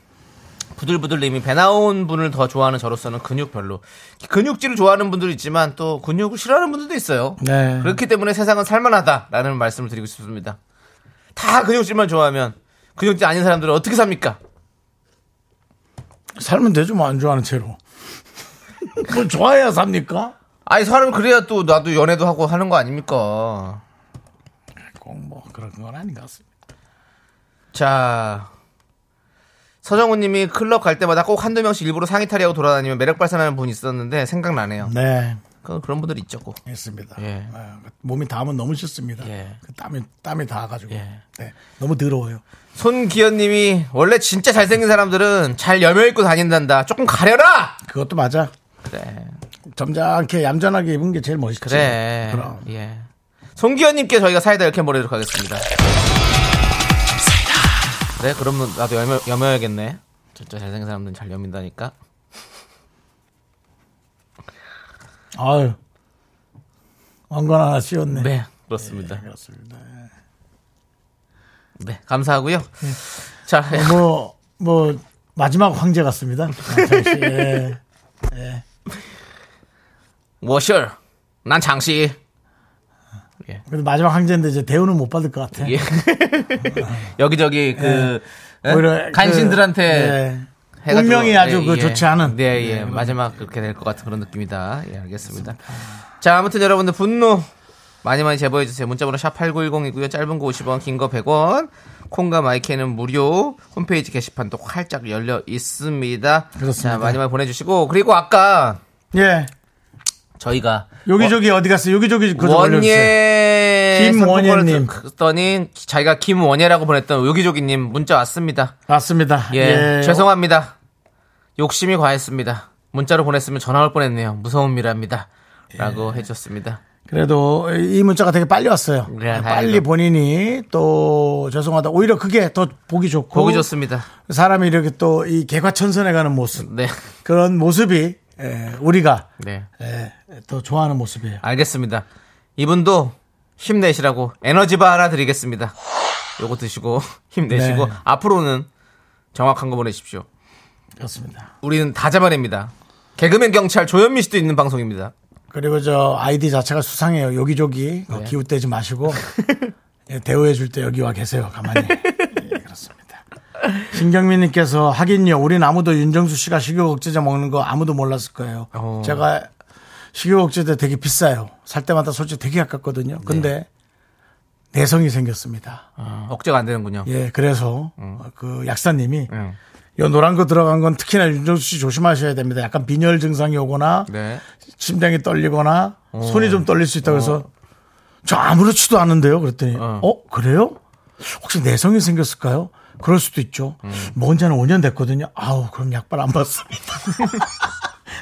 Speaker 2: 부들부들님이 배 나온 분을 더 좋아하는 저로서는 근육 별로. 근육질을 좋아하는 분들이 있지만 또 근육을 싫어하는 분들도 있어요.
Speaker 1: 네.
Speaker 2: 그렇기 때문에 세상은 살만하다라는 말씀을 드리고 싶습니다. 다 근육질만 좋아하면 근육질 아닌 사람들은 어떻게 삽니까?
Speaker 1: 살면 되죠 뭐 안 좋아하는 채로. 뭘 좋아해야 삽니까?
Speaker 2: 아니 사람 그래야 또 나도 연애도 하고 하는 거 아닙니까?
Speaker 1: 꼭 뭐 그런 건 아닌 것 같습니다.
Speaker 2: 자. 서정훈 님이 클럽 갈 때마다 꼭 한두 명씩 일부러 상의 탈의하고 돌아다니면 매력 발산하는 분이 있었는데 생각나네요.
Speaker 1: 네.
Speaker 2: 그, 그런 분들 있죠, 꼭.
Speaker 1: 했습니다.
Speaker 2: 예.
Speaker 1: 아, 몸이 닿으면 너무 싫습니다.
Speaker 2: 예.
Speaker 1: 그 땀이 땀이 닿아가지고
Speaker 2: 예.
Speaker 1: 네, 너무 더러워요.
Speaker 2: 손기현 님이 원래 진짜 잘생긴 사람들은 잘 여며 입고 다닌단다. 조금 가려라!
Speaker 1: 그것도 맞아.
Speaker 2: 그래.
Speaker 1: 점잖게 얌전하게 입은 게 제일 멋있지.
Speaker 2: 그래.
Speaker 1: 럼
Speaker 2: 예. 손기현 님께 저희가 사이다 이렇게 보내도록 하겠습니다. 네, 그래, 그럼 나도 여며, 여며야겠네. 진짜 잘생긴 사람들은 잘 여민다니까.
Speaker 1: 아유, 왕관 하나 씌웠네.
Speaker 2: 네, 그렇습니다.
Speaker 1: 그렇습니다.
Speaker 2: 네, 감사하고요. 자,
Speaker 1: 뭐, 뭐 마지막 황제 같습니다. 남창희 씨. 예.
Speaker 2: 워셜 난 장씨
Speaker 1: 그래도 마지막 황제인데 이제 대우는 못 받을 것 같아.
Speaker 2: 예. 여기저기 그 예?
Speaker 1: 네. 오히려
Speaker 2: 네? 간신들한테
Speaker 1: 그, 예.
Speaker 2: 해가
Speaker 1: 운명이
Speaker 2: 좀-
Speaker 1: 아주 그 좋지 않은.
Speaker 2: 네, 예.
Speaker 1: 네, 그런
Speaker 2: 마지막 그렇게 될 것 같은 그런 느낌이다. 예, 알겠습니다. 자, 아무튼 여러분들 분노 많이 많이 제보해 주세요. 문자번호 샵 8910이고요. 짧은 거 50원, 긴 거 100원. 콩과 마이크는 무료. 홈페이지 게시판도 활짝 열려 있습니다.
Speaker 1: 그렇습니다.
Speaker 2: 자, 많이 많이 보내 주시고 그리고 아까
Speaker 1: 예.
Speaker 2: 저희가
Speaker 1: 여기저기 어, 디 갔어요? 여기저기 그거 좀 올려주세요.
Speaker 2: 원예
Speaker 1: 김원예님.
Speaker 2: 상품권을 듣더니 자기가 김원예라고 보냈던 여기저기님 문자 왔습니다.
Speaker 1: 맞습니다.
Speaker 2: 예, 죄송합니다. 욕심이 과했습니다. 문자로 보냈으면 전화 올 뻔했네요. 무서운 미라입니다.
Speaker 1: 예.
Speaker 2: 라고 해줬습니다.
Speaker 1: 그래도 이 문자가 되게 빨리 왔어요.
Speaker 2: 네, 다행이다.
Speaker 1: 빨리 본인이 또 죄송하다. 오히려 그게 더 보기 좋고
Speaker 2: 보기 좋습니다.
Speaker 1: 사람이 이렇게 또 이 개과천선해 가는 모습
Speaker 2: 네.
Speaker 1: 그런 모습이 에, 우리가
Speaker 2: 네.
Speaker 1: 에, 더 좋아하는 모습이에요.
Speaker 2: 알겠습니다. 이분도 힘내시라고 에너지바 하나 드리겠습니다. 요거 드시고 힘내시고
Speaker 1: 네.
Speaker 2: 앞으로는 정확한 거 보내십시오.
Speaker 1: 그렇습니다.
Speaker 2: 우리는 다 잡아냅니다. 개그맨 경찰 조현민 씨도 있는 방송입니다.
Speaker 1: 그리고 저 아이디 자체가 수상해요. 여기저기
Speaker 2: 네.
Speaker 1: 어, 기웃대지 마시고 예, 대우해 줄 때 여기 와 계세요. 가만히. 예, 그렇습니다. 신경민님께서 하긴요. 우린 아무도 윤정수 씨가 식욕억제제 먹는 거 아무도 몰랐을 거예요.
Speaker 2: 어.
Speaker 1: 제가 식욕억제제 되게 비싸요. 살 때마다 솔직히 되게 아깝거든요. 근데
Speaker 2: 네.
Speaker 1: 내성이 생겼습니다.
Speaker 2: 아. 억제가 안 되는군요.
Speaker 1: 어. 예, 그래서 어, 그 약사님이
Speaker 2: 음.
Speaker 1: 요 노란 거 들어간 건 특히나 윤정수 씨 조심하셔야 됩니다. 약간 빈혈 증상이 오거나
Speaker 2: 네.
Speaker 1: 심장이 떨리거나 손이 좀 떨릴 수 있다고 해서 저 아무렇지도 않은데요. 그랬더니 어, 그래요? 혹시 내성이 생겼을까요? 그럴 수도 있죠.
Speaker 2: 음.
Speaker 1: 먼지 한 5년 됐거든요. 아우 그럼 약발 안 받습니다.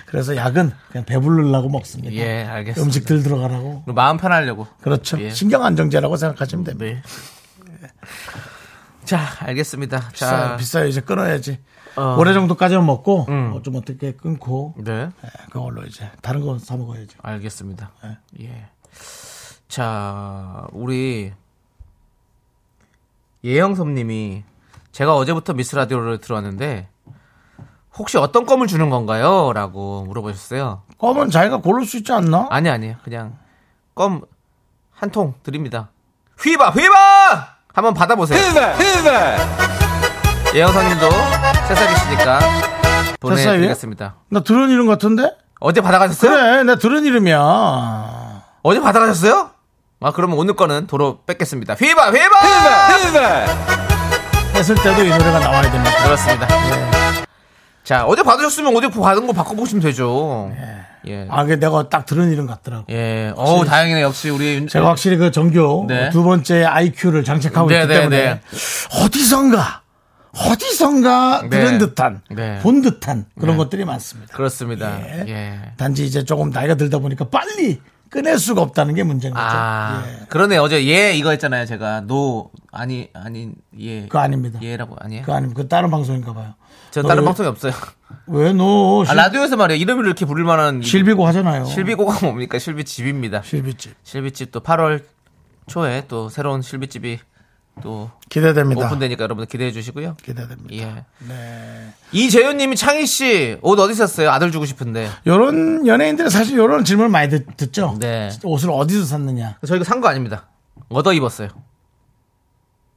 Speaker 1: 그래서 약은 그냥 배부르려고 먹습니다.
Speaker 2: 예, 알겠습니다.
Speaker 1: 음식들 들어가라고.
Speaker 2: 그리고 마음 편하려고.
Speaker 1: 그렇죠.
Speaker 2: 예.
Speaker 1: 신경 안정제라고 생각하시면 됩니다.
Speaker 2: 네. 자, 알겠습니다.
Speaker 1: 비싸요.
Speaker 2: 자,
Speaker 1: 비싸요. 이제 끊어야지.
Speaker 2: 어. 음.
Speaker 1: 올해 정도까지만 먹고 어, 좀 어떻게 끊고
Speaker 2: 네.
Speaker 1: 예, 그걸로 이제 다른 거 사 먹어야죠.
Speaker 2: 알겠습니다.
Speaker 1: 네.
Speaker 2: 예. 자, 우리 예영섭 님이 제가 어제부터 미스 라디오를 들어왔는데 혹시 어떤 껌을 주는 건가요? 라고 물어보셨어요.
Speaker 1: 껌은 자기가 고를 수 있지 않나?
Speaker 2: 아니, 아니에요. 그냥 껌 한 통 드립니다. 휘바, 휘바! 한번 받아보세요. 휘바, 휘바! 예영섭 님도 새싹이시니까 보내드리겠습니다.
Speaker 1: 나 들은 이름 같은데?
Speaker 2: 어제 받아가셨어요?
Speaker 1: 그래, 나 들은 이름이야.
Speaker 2: 어제 받아가셨어요? 아 그러면 오늘 거는 도로 뺏겠습니다. 휘바 휘바 휘바
Speaker 1: 했을 때도 이 노래가 나와야 됩니다.
Speaker 2: 그렇습니다. 예. 자 어제 받으셨으면 어제 받은 거 바꿔보시면 되죠. 예.
Speaker 1: 아, 그게 내가 딱 들은 이름 같더라고.
Speaker 2: 예. 어우 다행이네 역시 우리 윤-
Speaker 1: 제가 확실히 그 정교
Speaker 2: 네.
Speaker 1: 두 번째 IQ를 장착하고
Speaker 2: 네,
Speaker 1: 있기
Speaker 2: 네,
Speaker 1: 때문에
Speaker 2: 네.
Speaker 1: 어디선가 어디선가
Speaker 2: 네.
Speaker 1: 들은 듯한
Speaker 2: 네.
Speaker 1: 본 듯한 그런 것들이 많습니다.
Speaker 2: 그렇습니다. 예.
Speaker 1: 단지 이제 조금 나이가 들다 보니까 빨리 끊을 수가 없다는 게 문제인 거죠.
Speaker 2: 아
Speaker 1: 예.
Speaker 2: 그러네 어제 예 이거 했잖아요 제가 노 아니 아니 예
Speaker 1: 그거 아닙니다.
Speaker 2: 예라고 아니에요?
Speaker 1: 그거 아니면 그 다른 방송인가 봐요.
Speaker 2: 저
Speaker 1: 너
Speaker 2: 다른
Speaker 1: 왜-
Speaker 2: 방송이 없어요.
Speaker 1: 왜 너?
Speaker 2: 아,
Speaker 1: 실-
Speaker 2: 라디오에서 말이에요 이름을 이렇게 부를 만한
Speaker 1: 실비고 하잖아요.
Speaker 2: 실비고가 뭡니까 실비집입니다.
Speaker 1: 실비집
Speaker 2: 실비집 또 8월 초에 또 새로운 실비집이 또
Speaker 1: 기대됩니다.
Speaker 2: 오픈되니까 여러분들 기대해 주시고요.
Speaker 1: 기대됩니다. 네.
Speaker 2: 예. 이재윤 님이 창희 씨 옷 어디 샀어요? 아들 주고 싶은데.
Speaker 1: 요런 연예인들은 사실 요런 질문을 많이 듣, 죠
Speaker 2: 네.
Speaker 1: 옷을 어디서 샀느냐.
Speaker 2: 저희가 산 거 아닙니다. 얻어 입었어요.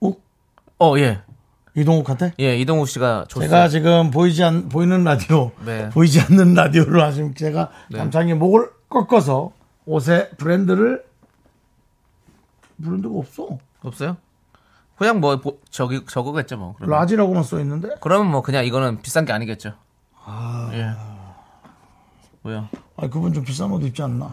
Speaker 1: 욱?
Speaker 2: 어, 예.
Speaker 1: 이동욱한테?
Speaker 2: 예, 이동욱 씨가 줬어요.
Speaker 1: 제가 지금 보이지 않, 보이는 라디오,
Speaker 2: 네.
Speaker 1: 보이지 않는 라디오로 하시면 제가 남창희 목을 꺾어서 옷의 브랜드를 브랜드가 없어.
Speaker 2: 없어요? 그냥 뭐 보- 저기 저거겠죠, 뭐. 그러면.
Speaker 1: 라지라고만 써 있는데
Speaker 2: 그러면 뭐 그냥 이거는 비싼 게 아니겠죠. 예. 뭐야?
Speaker 1: 아 그분 좀 비싼 옷 입지 않나?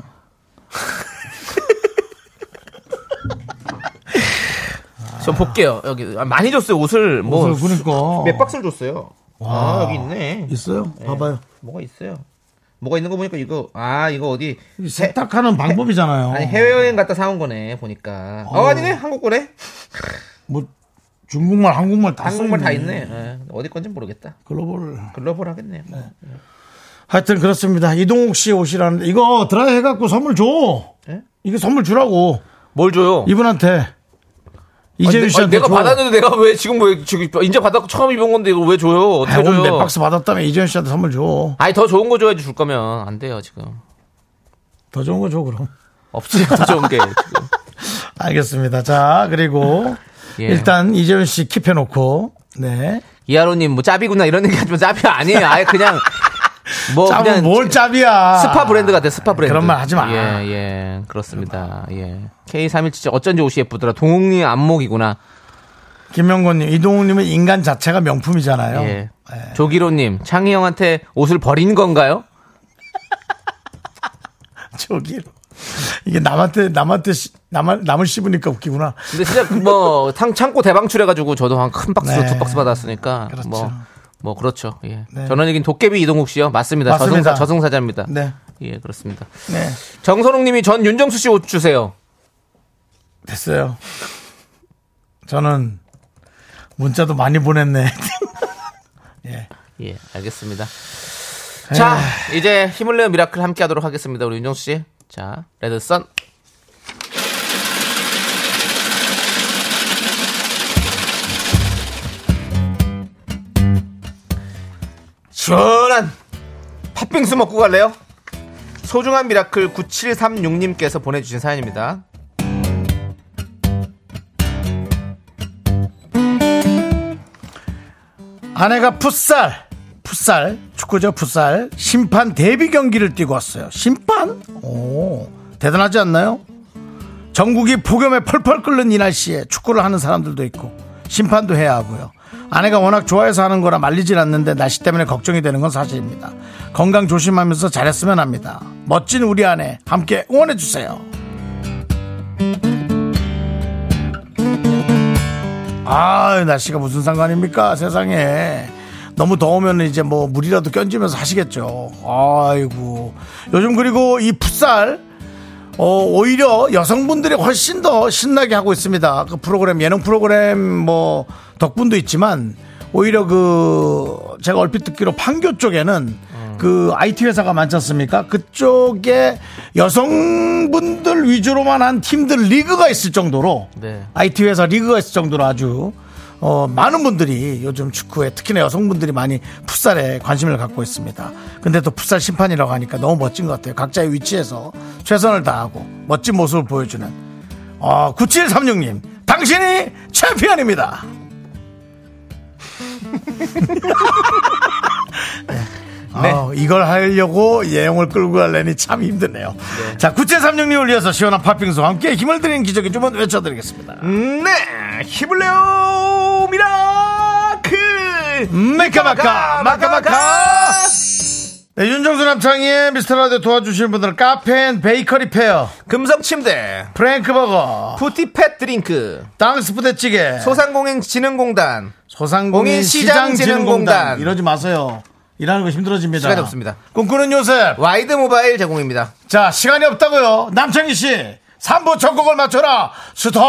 Speaker 2: 저 볼게요. 여기 아, 많이 줬어요. 옷을 뭐
Speaker 1: 옷을 그러니까
Speaker 2: 몇 박스를 줬어요. 아, 여기 있네.
Speaker 1: 있어요? 봐봐요.
Speaker 2: 뭐가 있어요? 뭐가 있는 거 보니까 이거 아 이거 어디
Speaker 1: 이 세탁하는 방법이잖아요.
Speaker 2: 아니 해외여행 갔다 사온 거네 보니까 어, 아니네 한국 거네
Speaker 1: 뭐 중국말, 한국말 다
Speaker 2: 한국말
Speaker 1: 써
Speaker 2: 다 있네 예, 어디 건지 모르겠다
Speaker 1: 글로벌.
Speaker 2: 글로벌 하겠네요
Speaker 1: 하여튼 그렇습니다. 이동욱 씨 옷이라는 이거 드라이 해갖고 선물 줘.
Speaker 2: 예?
Speaker 1: 이거 선물 주라고
Speaker 2: 뭘 줘요
Speaker 1: 이분한테 이재윤
Speaker 2: 아니, 내- 아니,
Speaker 1: 씨한테
Speaker 2: 내가
Speaker 1: 줘.
Speaker 2: 받았는데 내가 왜 지금 왜 지금 인제 받았고 처음 입은 건데 이거 왜 줘요
Speaker 1: 아,
Speaker 2: 어떻게
Speaker 1: 오늘
Speaker 2: 줘요
Speaker 1: 몇 박스 받았다며 이재윤 씨한테 선물 줘.
Speaker 2: 아니 더 좋은 거 줘야지 줄 거면 안 돼요 지금
Speaker 1: 더 좋은 거 줘 그럼.
Speaker 2: 없어요 더 좋은 게 지금.
Speaker 1: 알겠습니다. 자 그리고
Speaker 2: 예.
Speaker 1: 일단 이재윤 씨 킵해놓고 네
Speaker 2: 이하로님 뭐 짭이구나 이런 얘기 하지만 짭이 아니에요. 아예 그냥 뭐
Speaker 1: 짭은
Speaker 2: 그냥
Speaker 1: 뭘 짭이야.
Speaker 2: 스파 브랜드 같아 스파 브랜드.
Speaker 1: 그런 말 하지 마.
Speaker 2: 예, 예. 그렇습니다. 예. K317 어쩐지 옷이 예쁘더라. 동웅이 안목이구나.
Speaker 1: 김명곤님, 이동욱님은 인간 자체가 명품이잖아요. 네.
Speaker 2: 예. 조기로님, 창희 형한테 옷을 버린 건가요?
Speaker 1: 저기 이게 남한테 남한테 씨- 남 남을 씹으니까 웃기구나.
Speaker 2: 근데 진짜 뭐 탕, 창고 대방출해가지고 저도 한 큰 박스
Speaker 1: 네.
Speaker 2: 두 박스 받았으니까
Speaker 1: 그렇죠.
Speaker 2: 뭐. 뭐 그렇죠. 예.
Speaker 1: 네.
Speaker 2: 전원이긴 도깨비 이동욱 씨요. 맞습니다.
Speaker 1: 맞습니다.
Speaker 2: 저승사 저승사자입니다.
Speaker 1: 네.
Speaker 2: 예, 그렇습니다.
Speaker 1: 네.
Speaker 2: 정선홍 님이 전 윤정수 씨 옷 주세요.
Speaker 1: 됐어요. 저는 문자도 많이 보냈네. 예.
Speaker 2: 예, 알겠습니다. 자, 이제 힘을 내요 미라클 함께 하도록 하겠습니다. 우리 윤정수 씨. 자, 레드썬. 시원한 팥빙수 먹고 갈래요? 소중한 미라클 9736님께서 보내주신 사연입니다.
Speaker 1: 아내가 풋살, 풋살, 축구죠, 풋살, 심판 데뷔 경기를 뛰고 왔어요. 심판? 오, 대단하지 않나요? 전국이 폭염에 펄펄 끓는 이 날씨에 축구를 하는 사람들도 있고, 심판도 해야 하고요. 아내가 워낙 좋아해서 하는 거라 말리진 않는데 날씨 때문에 걱정이 되는 건 사실입니다. 건강 조심하면서 잘했으면 합니다. 멋진 우리 아내, 함께 응원해주세요. 아 날씨가 무슨 상관입니까 세상에 너무 더우면 이제 뭐 물이라도 껴지면서 하시겠죠 아이고 요즘 그리고 이 풋살 어, 오히려 여성분들이 훨씬 더 신나게 하고 있습니다 그 프로그램 예능 프로그램 뭐 덕분도 있지만 오히려 그 제가 얼핏 듣기로 판교 쪽에는 그 IT 회사가 많지 않습니까? 그쪽에 여성분들 위주로만 한 팀들 리그가 있을 정도로
Speaker 2: 네.
Speaker 1: IT 회사 리그가 있을 정도로 아주 어, 많은 분들이 요즘 축구에 특히나 여성분들이 많이 풋살에 관심을 갖고 있습니다. 근데 또 풋살 심판이라고 하니까 너무 멋진 것 같아요. 각자의 위치에서 최선을 다하고 멋진 모습을 보여주는 어, 9736님 당신이 챔피언입니다.
Speaker 2: 네.
Speaker 1: 아, 이걸 하려고 예용을 끌고 가려니 참 힘드네요. 자, 9736님을 위해서 시원한 팥빙수와 함께 힘을 드리는 기적의 주문 외쳐드리겠습니다.
Speaker 2: 네! 힘을 내요 미라클!
Speaker 1: 메카마카 마카마카 네, 윤정수 남창희의 미스터라디오 도와주시는 분들은 카페인 베이커리 페어
Speaker 2: 금성 침대,
Speaker 1: 프랭크버거
Speaker 2: 푸티팻 드링크,
Speaker 1: 땅스 부대찌개
Speaker 2: 소상공인진흥공단.
Speaker 1: 소상공인
Speaker 2: 공인
Speaker 1: 시장
Speaker 2: 시장
Speaker 1: 진흥공단
Speaker 2: 진흥공단.
Speaker 1: 이러지 마세요 일하는 거 힘들어집니다
Speaker 2: 시간이 없습니다.
Speaker 1: 꿈꾸는 요셉
Speaker 2: 와이드 모바일 제공입니다.
Speaker 1: 자 시간이 없다고요 남창희씨 3부 전곡을 맞춰라 스타트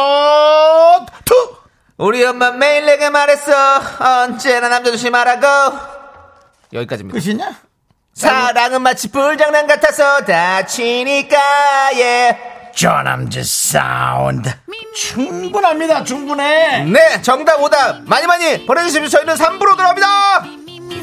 Speaker 2: 우리 엄마 매일 내게 말했어. 언제나 남자 조심하라고. 여기까지입니다.
Speaker 1: 끝이냐?
Speaker 2: 사랑은 마치 불장난 같아서 다치니까, 예.
Speaker 1: 저남자 사운드 충분합니다 충분해
Speaker 2: 네, 정답, 오답. 많이 많이 보내주십시오. 저희는 3부로 돌아옵니다.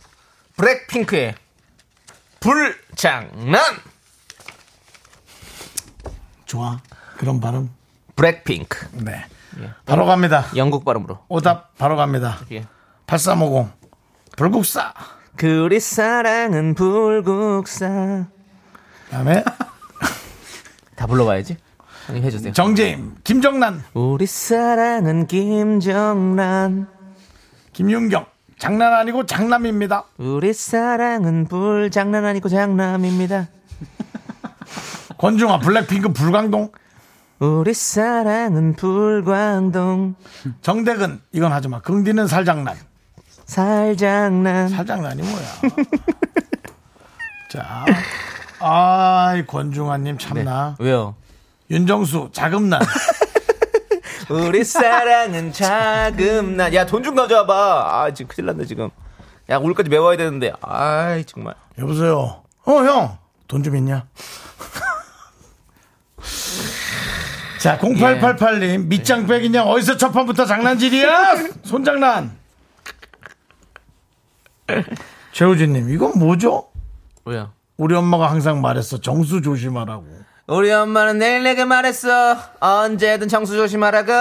Speaker 2: 블랙핑크의 불장난.
Speaker 1: 좋아 그런 발음
Speaker 2: 블랙핑크.
Speaker 1: 네 바로 갑니다
Speaker 2: 영국 발음으로.
Speaker 1: 오답 바로 갑니다
Speaker 2: 예.
Speaker 1: 8350 불국사
Speaker 2: 그리 사랑은 불국사.
Speaker 1: 그다음에
Speaker 2: 다 불러봐야지. 형님 해주세요.
Speaker 1: 정재임 김정란
Speaker 2: 우리 사랑은 김정란.
Speaker 1: 김윤경 장난 아니고 장남입니다
Speaker 2: 우리 사랑은 불장난 아니고 장남입니다.
Speaker 1: 권중아, 블랙핑크, 불광동,
Speaker 2: 우리 사랑은 불광동
Speaker 1: 정대근 이건 하지 마. 긍디는 살장난.
Speaker 2: 살장난
Speaker 1: 살장난이 뭐야? 자, 아이 권중아님 참나.
Speaker 2: 왜요?
Speaker 1: 윤정수 자금난.
Speaker 2: 우리 사랑은 자금난 야 돈 좀 가져와봐 아 지금 큰일 났네 지금 야 오늘까지 메워야 되는데 아이 정말
Speaker 1: 여보세요. 어 형, 돈 좀 있냐? 자, 0888님 밑장 빼기냐? 어디서 첫 판부터 장난질이야? 손장난. 최우진님 이건 뭐죠?
Speaker 2: 왜요?
Speaker 1: 우리 엄마가 항상 말했어 정수 조심하라고.
Speaker 2: 우리 엄마는 내일 내게 말했어 언제든 정수 조심하라고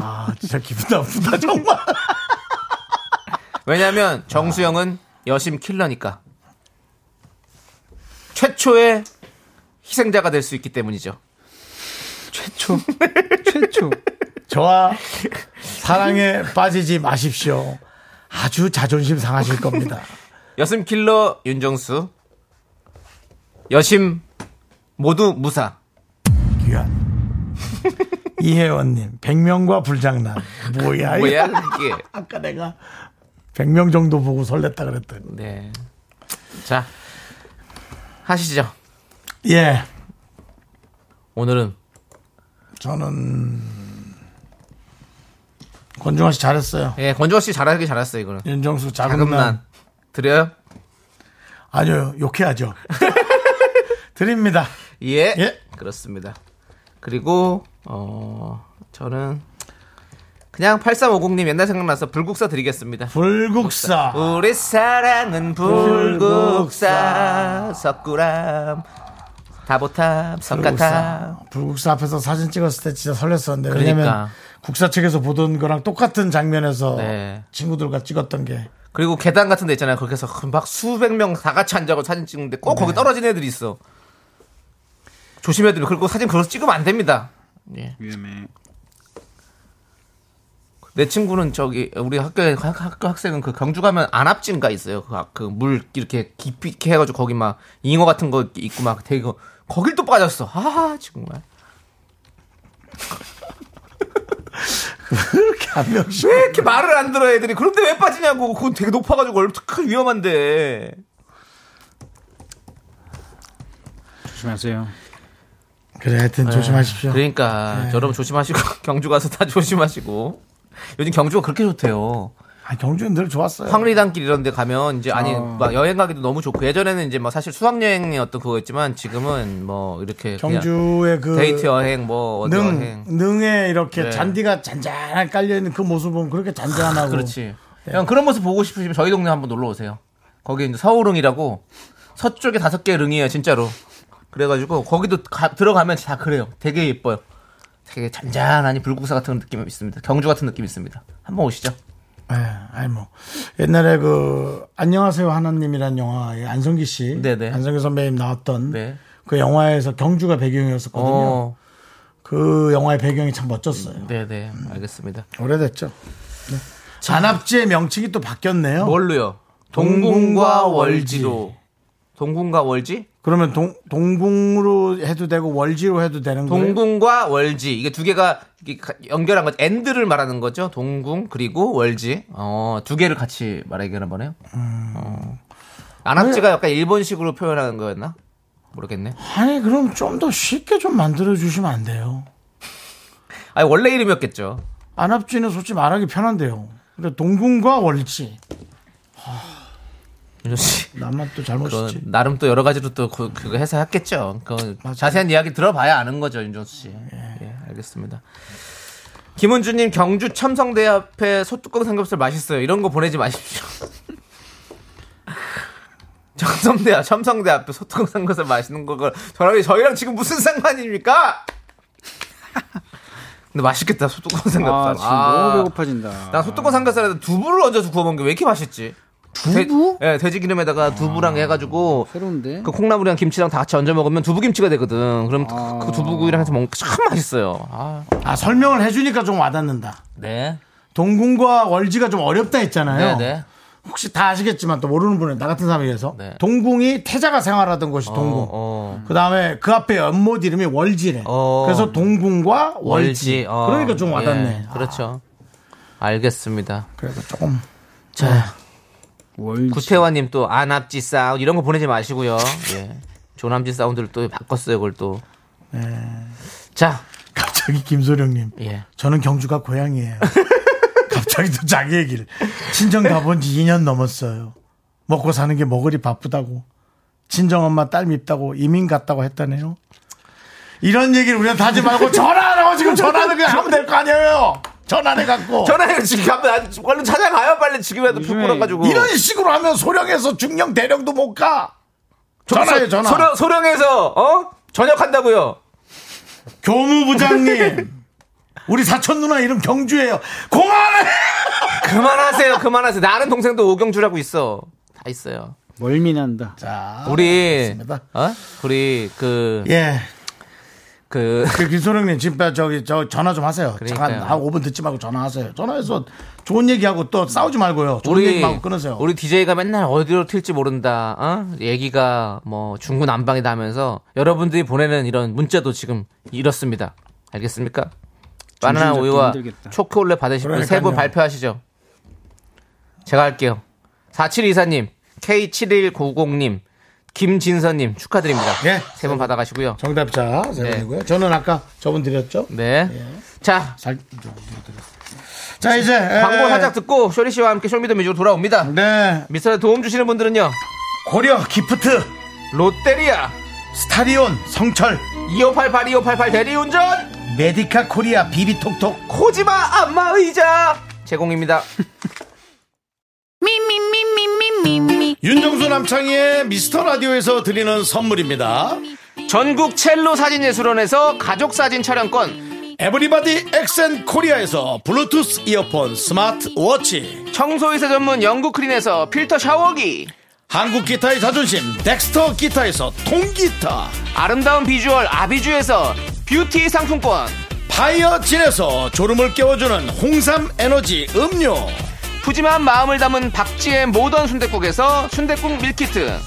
Speaker 1: 아 진짜 기분 나쁘다 정말.
Speaker 2: 왜냐면 정수영은 여심 킬러니까 최초의 희생자가 될 수 있기 때문이죠 최초 최초
Speaker 1: 저와 사랑에 빠지지 마십시오. 아주 자존심 상하실 겁니다.
Speaker 2: 여심 킬러 윤정수 여심 모두 무사
Speaker 1: 귀한 이혜원님 백명과 불장난 뭐야 이거.
Speaker 2: 뭐야 이게
Speaker 1: 아까 내가 백명 정도 보고 설렜다 그랬더니
Speaker 2: 네. 자, 하시죠.
Speaker 1: 예
Speaker 2: 오늘은
Speaker 1: 저는 권중아 씨 잘했어요.
Speaker 2: 예 권주호 씨 잘하기 잘했어요 이거는.
Speaker 1: 윤정수 자금난
Speaker 2: 자금난 드려요.
Speaker 1: 아니요 욕해야죠. 드립니다.
Speaker 2: 예.
Speaker 1: 예.
Speaker 2: 그렇습니다. 그리고 어 저는 그냥 8350님 옛날 생각나서 불국사 드리겠습니다.
Speaker 1: 불국사
Speaker 2: 우리 사랑은 불국사 석굴암 다보탑 석가탑
Speaker 1: 불국사. 불국사 앞에서 사진 찍었을 때 진짜 설렜었는데 왜냐면
Speaker 2: 그러니까.
Speaker 1: 국사 책에서 보던 거랑 똑같은 장면에서
Speaker 2: 네.
Speaker 1: 친구들과 찍었던 게
Speaker 2: 그리고 계단 같은 데 있잖아요. 거기서 막 수백 명 다 같이 앉아고 사진 찍는데 꼭 거기 떨어진 애들이 있어. 조심해야 돼요. 그리고 사진 그래서 찍으면 안 됩니다. 예. 내 친구는 저기 우리 학교에 학- 학교 학생은 그 경주 가면 안압진가 있어요. 그물 이렇게 깊이 이렇게 해가지고 거기 막 잉어 같은 거 있고 막 되게 거- 거길 또 빠졌어. 아 정말
Speaker 1: 그렇게 한 명씩
Speaker 2: 왜 이렇게 말을 안 들어 애들이 그런데 왜 빠지냐고 그건 되게 높아가지고 얼마나 위험한데.
Speaker 6: 조심하세요.
Speaker 1: 그래 하여튼
Speaker 2: 네.
Speaker 1: 조심하십시오
Speaker 2: 그러니까
Speaker 1: 네.
Speaker 2: 여러분 조심하시고 경주 가서 다 조심하시고 요즘 경주가 그렇게 좋대요.
Speaker 1: 아, 경주는 늘 좋았어요
Speaker 2: 황리단길 이런 데 가면 이제 아니 막 여행 가기도 너무 좋고 예전에는 이제 뭐 사실 수학 여행이 어떤 그거였지만 지금은 뭐 이렇게 그냥
Speaker 1: 경주의 그
Speaker 2: 데이트 여행 뭐 어디
Speaker 1: 능,
Speaker 2: 여행
Speaker 1: 능에 이렇게
Speaker 2: 네.
Speaker 1: 잔디가 잔잔 깔려있는 그 모습 보면 그렇게 잔잔하고
Speaker 2: 아, 그렇지.
Speaker 1: 네.
Speaker 2: 그냥 그런 모습 보고 싶으시면 저희 동네 한번 놀러 오세요. 거기 이제 서울릉이라고 서쪽에 다섯 개 릉이에요, 진짜로. 그래가지고 거기도 가- 들어가면 다 그래요. 되게 예뻐요. 되게 잔잔하니 불국사 같은 느낌이 있습니다. 경주 같은 느낌이 있습니다. 한번 오시죠.
Speaker 1: 예, 아니 뭐 옛날에 그 안녕하세요 하나님이란 영화에 안성기 씨
Speaker 2: 네네.
Speaker 1: 안성기 선배님 나왔던
Speaker 2: 네.
Speaker 1: 그 영화에서 경주가 배경이었었거든요
Speaker 2: 어,
Speaker 1: 그 영화의 배경이 참 멋졌어요.
Speaker 2: 네네, 알겠습니다.
Speaker 1: 오래됐죠. 네. 잔압지의 명칭이 또 바뀌었네요.
Speaker 2: 뭘로요?
Speaker 1: 어? 동궁과
Speaker 2: 동궁과
Speaker 1: 월지. 네.
Speaker 2: 월지로. 동궁과 월지?
Speaker 1: 그러면 동, 동궁으로 해도 되고 월지로 해도 되는 거예요?
Speaker 2: 동궁과 월지. 이게 두 개가 이게 가- 연결한 거죠. 엔드를 말하는 거죠. 동궁, 그리고 월지. 어, 두 개를 같이 말하기 하는 거네요.
Speaker 1: 음.
Speaker 2: 어. 안압지가 약간 일본식으로 표현하는 거였나? 모르겠네.
Speaker 1: 아니 그럼 좀 더 쉽게 좀 만들어 주시면 안 돼요.
Speaker 2: 아니, 원래 이름이었겠죠.
Speaker 1: 안압지는 솔직히 말하기 편한데요. 근데 동궁과 월지
Speaker 2: 윤정 씨.
Speaker 1: 나만 또
Speaker 2: 그건
Speaker 1: 잘못이지.
Speaker 2: 나름 또 여러 가지로 또 그, 그거 해서 했겠죠. 그
Speaker 1: 맞아요.
Speaker 2: 자세한 이야기 들어봐야 아는 거죠, 윤정수 씨. 예, 알겠습니다. 김은주님 경주 첨성대 앞에 소뚜껑 삼겹살 맛있어요. 이런 거 보내지 마십시오. 첨성대 앞, 첨성대 앞에 소뚜껑 삼겹살 맛있는 거가 저랑 저희랑 지금 무슨 상관입니까? 근데 맛있겠다 소뚜껑
Speaker 6: 아,
Speaker 2: 삼겹살.
Speaker 6: 지금
Speaker 2: 아.
Speaker 6: 너무 배고파진다.
Speaker 2: 나 소뚜껑 삼겹살에다 두부를 얹어서 구워 먹는 게 왜 이렇게 맛있지? 두부? 예, 돼지 기름에다가
Speaker 1: 아,
Speaker 2: 두부랑 해가지고
Speaker 6: 새로운데?
Speaker 2: 그 콩나물이랑 김치랑 다 같이 얹어 먹으면 두부김치가 되거든. 그럼 그- 그 두부구이랑 해서 먹으면 참 맛있어요. 아,
Speaker 1: 아 설명을 해주니까 좀 와닿는다.
Speaker 2: 네.
Speaker 1: 동궁과 월지가 좀 어렵다
Speaker 2: 네,
Speaker 1: 했잖아요.
Speaker 2: 네.
Speaker 1: 혹시 다 아시겠지만 또 모르는 분은 나 같은 사람에 의해서
Speaker 2: 네.
Speaker 1: 동궁이 태자가 생활하던 곳이 동궁.
Speaker 2: 어.
Speaker 1: 그 다음에 그 앞에 연못 이름이 월지래.
Speaker 2: 어.
Speaker 1: 그래서 동궁과 월지.
Speaker 2: 월지. 어.
Speaker 1: 그러니까 좀
Speaker 2: 예,
Speaker 1: 와닿네.
Speaker 2: 그렇죠. 알겠습니다.
Speaker 1: 아, 그래도 조금
Speaker 2: 자,
Speaker 6: 월
Speaker 2: 구태환님 또 안압지 사운드 이런 거 보내지 마시고요. 예. 조남지 사운드를 또 바꿨어요. 그걸 또.
Speaker 1: 네.
Speaker 2: 자,
Speaker 1: 갑자기 김소령님.
Speaker 2: 예.
Speaker 1: 저는 경주가 고향이에요. 갑자기 또 자기 얘기를. 친정 가본 지 2년 넘었어요. 먹고 사는 게 먹으리 바쁘다고. 친정 엄마 딸 밉다고 이민 갔다고 했다네요. 이런 얘기를 우리한테 하지 말고 전화하라고 지금 전화는 그냥 하면 될 거 아니에요. 전화해갖고.
Speaker 2: 전화해요. 지금 가면 안- 얼른 찾아가요. 빨리 지금이라도
Speaker 6: 요즘에
Speaker 2: 부끄러가지고
Speaker 1: 이런 식으로 하면 소령에서 중령 대령도 못 가. 전화해요, 전화.
Speaker 2: 소령, 소령에서 어? 전역한다고요.
Speaker 1: 교무부장님. 우리 사촌 누나 이름 경주예요. 공안해!
Speaker 2: 그만하세요. 그만하세요. 나는 동생도 오경주라고 있어. 다 있어요.
Speaker 6: 멀미난다.
Speaker 1: 자,
Speaker 2: 우리
Speaker 1: 알겠습니다.
Speaker 2: 어? 우리 그
Speaker 1: 예.
Speaker 2: 그,
Speaker 1: 그 김소령님 진짜 저기 저 전화 좀 하세요. 잠깐
Speaker 2: 그러니까요.
Speaker 1: 한 5분 듣지 말고 전화하세요. 전화해서 좋은 얘기하고 또 싸우지 말고요. 좋은
Speaker 2: 우리
Speaker 1: 얘기하고 끊으세요.
Speaker 2: 우리 DJ가 맨날 어디로 튈지 모른다. 어? 얘기가 뭐 중구난방이다 하면서 여러분들이 보내는 이런 문자도 지금 이렇습니다. 알겠습니까? 바나나
Speaker 6: 잡기
Speaker 2: 우유와
Speaker 6: 힘들겠다.
Speaker 2: 초콜릿 받으실 분 세 분
Speaker 1: 그러니까요.
Speaker 2: 발표하시죠. 제가 할게요. 4724님, K7190님, 김진선님 축하드립니다.
Speaker 1: 예.
Speaker 2: 세 분 받아가시고요.
Speaker 1: 정답자 세
Speaker 2: 네.
Speaker 1: 분이고요. 저는 아까 저분 드렸죠.
Speaker 2: 네. 자,
Speaker 1: 잘, 자 이제 에,
Speaker 2: 광고 살짝 듣고 쇼리 씨와 함께 쇼미더뮤직으로 돌아옵니다.
Speaker 1: 네
Speaker 2: 미스터에 도움 주시는 분들은요.
Speaker 1: 고려 기프트
Speaker 2: 롯데리아
Speaker 1: 스타리온 성철
Speaker 2: 2588 2588 대리운전
Speaker 1: 메디카 코리아 비비톡톡
Speaker 2: 코지마 안마의자 제공입니다.
Speaker 5: Me, me, me, me, me, me, me.
Speaker 1: 윤정수 남창희의 미스터 라디오에서 드리는 선물입니다.
Speaker 2: 전국 첼로 사진예술원에서 가족 사진 촬영권,
Speaker 1: 에브리바디 엑센 코리아에서 블루투스 이어폰 스마트 워치
Speaker 2: 청소이사 전문 영국 크린에서 필터 샤워기,
Speaker 1: 한국 기타의 자존심 덱스터 기타에서 통기타
Speaker 2: 아름다운 비주얼 아비주에서 뷰티 상품권,
Speaker 1: 파이어진에서 졸음을 깨워주는 홍삼 에너지 음료
Speaker 2: 푸짐한 마음을 담은 박지의 모던 순댓국에서 순댓국 밀키트,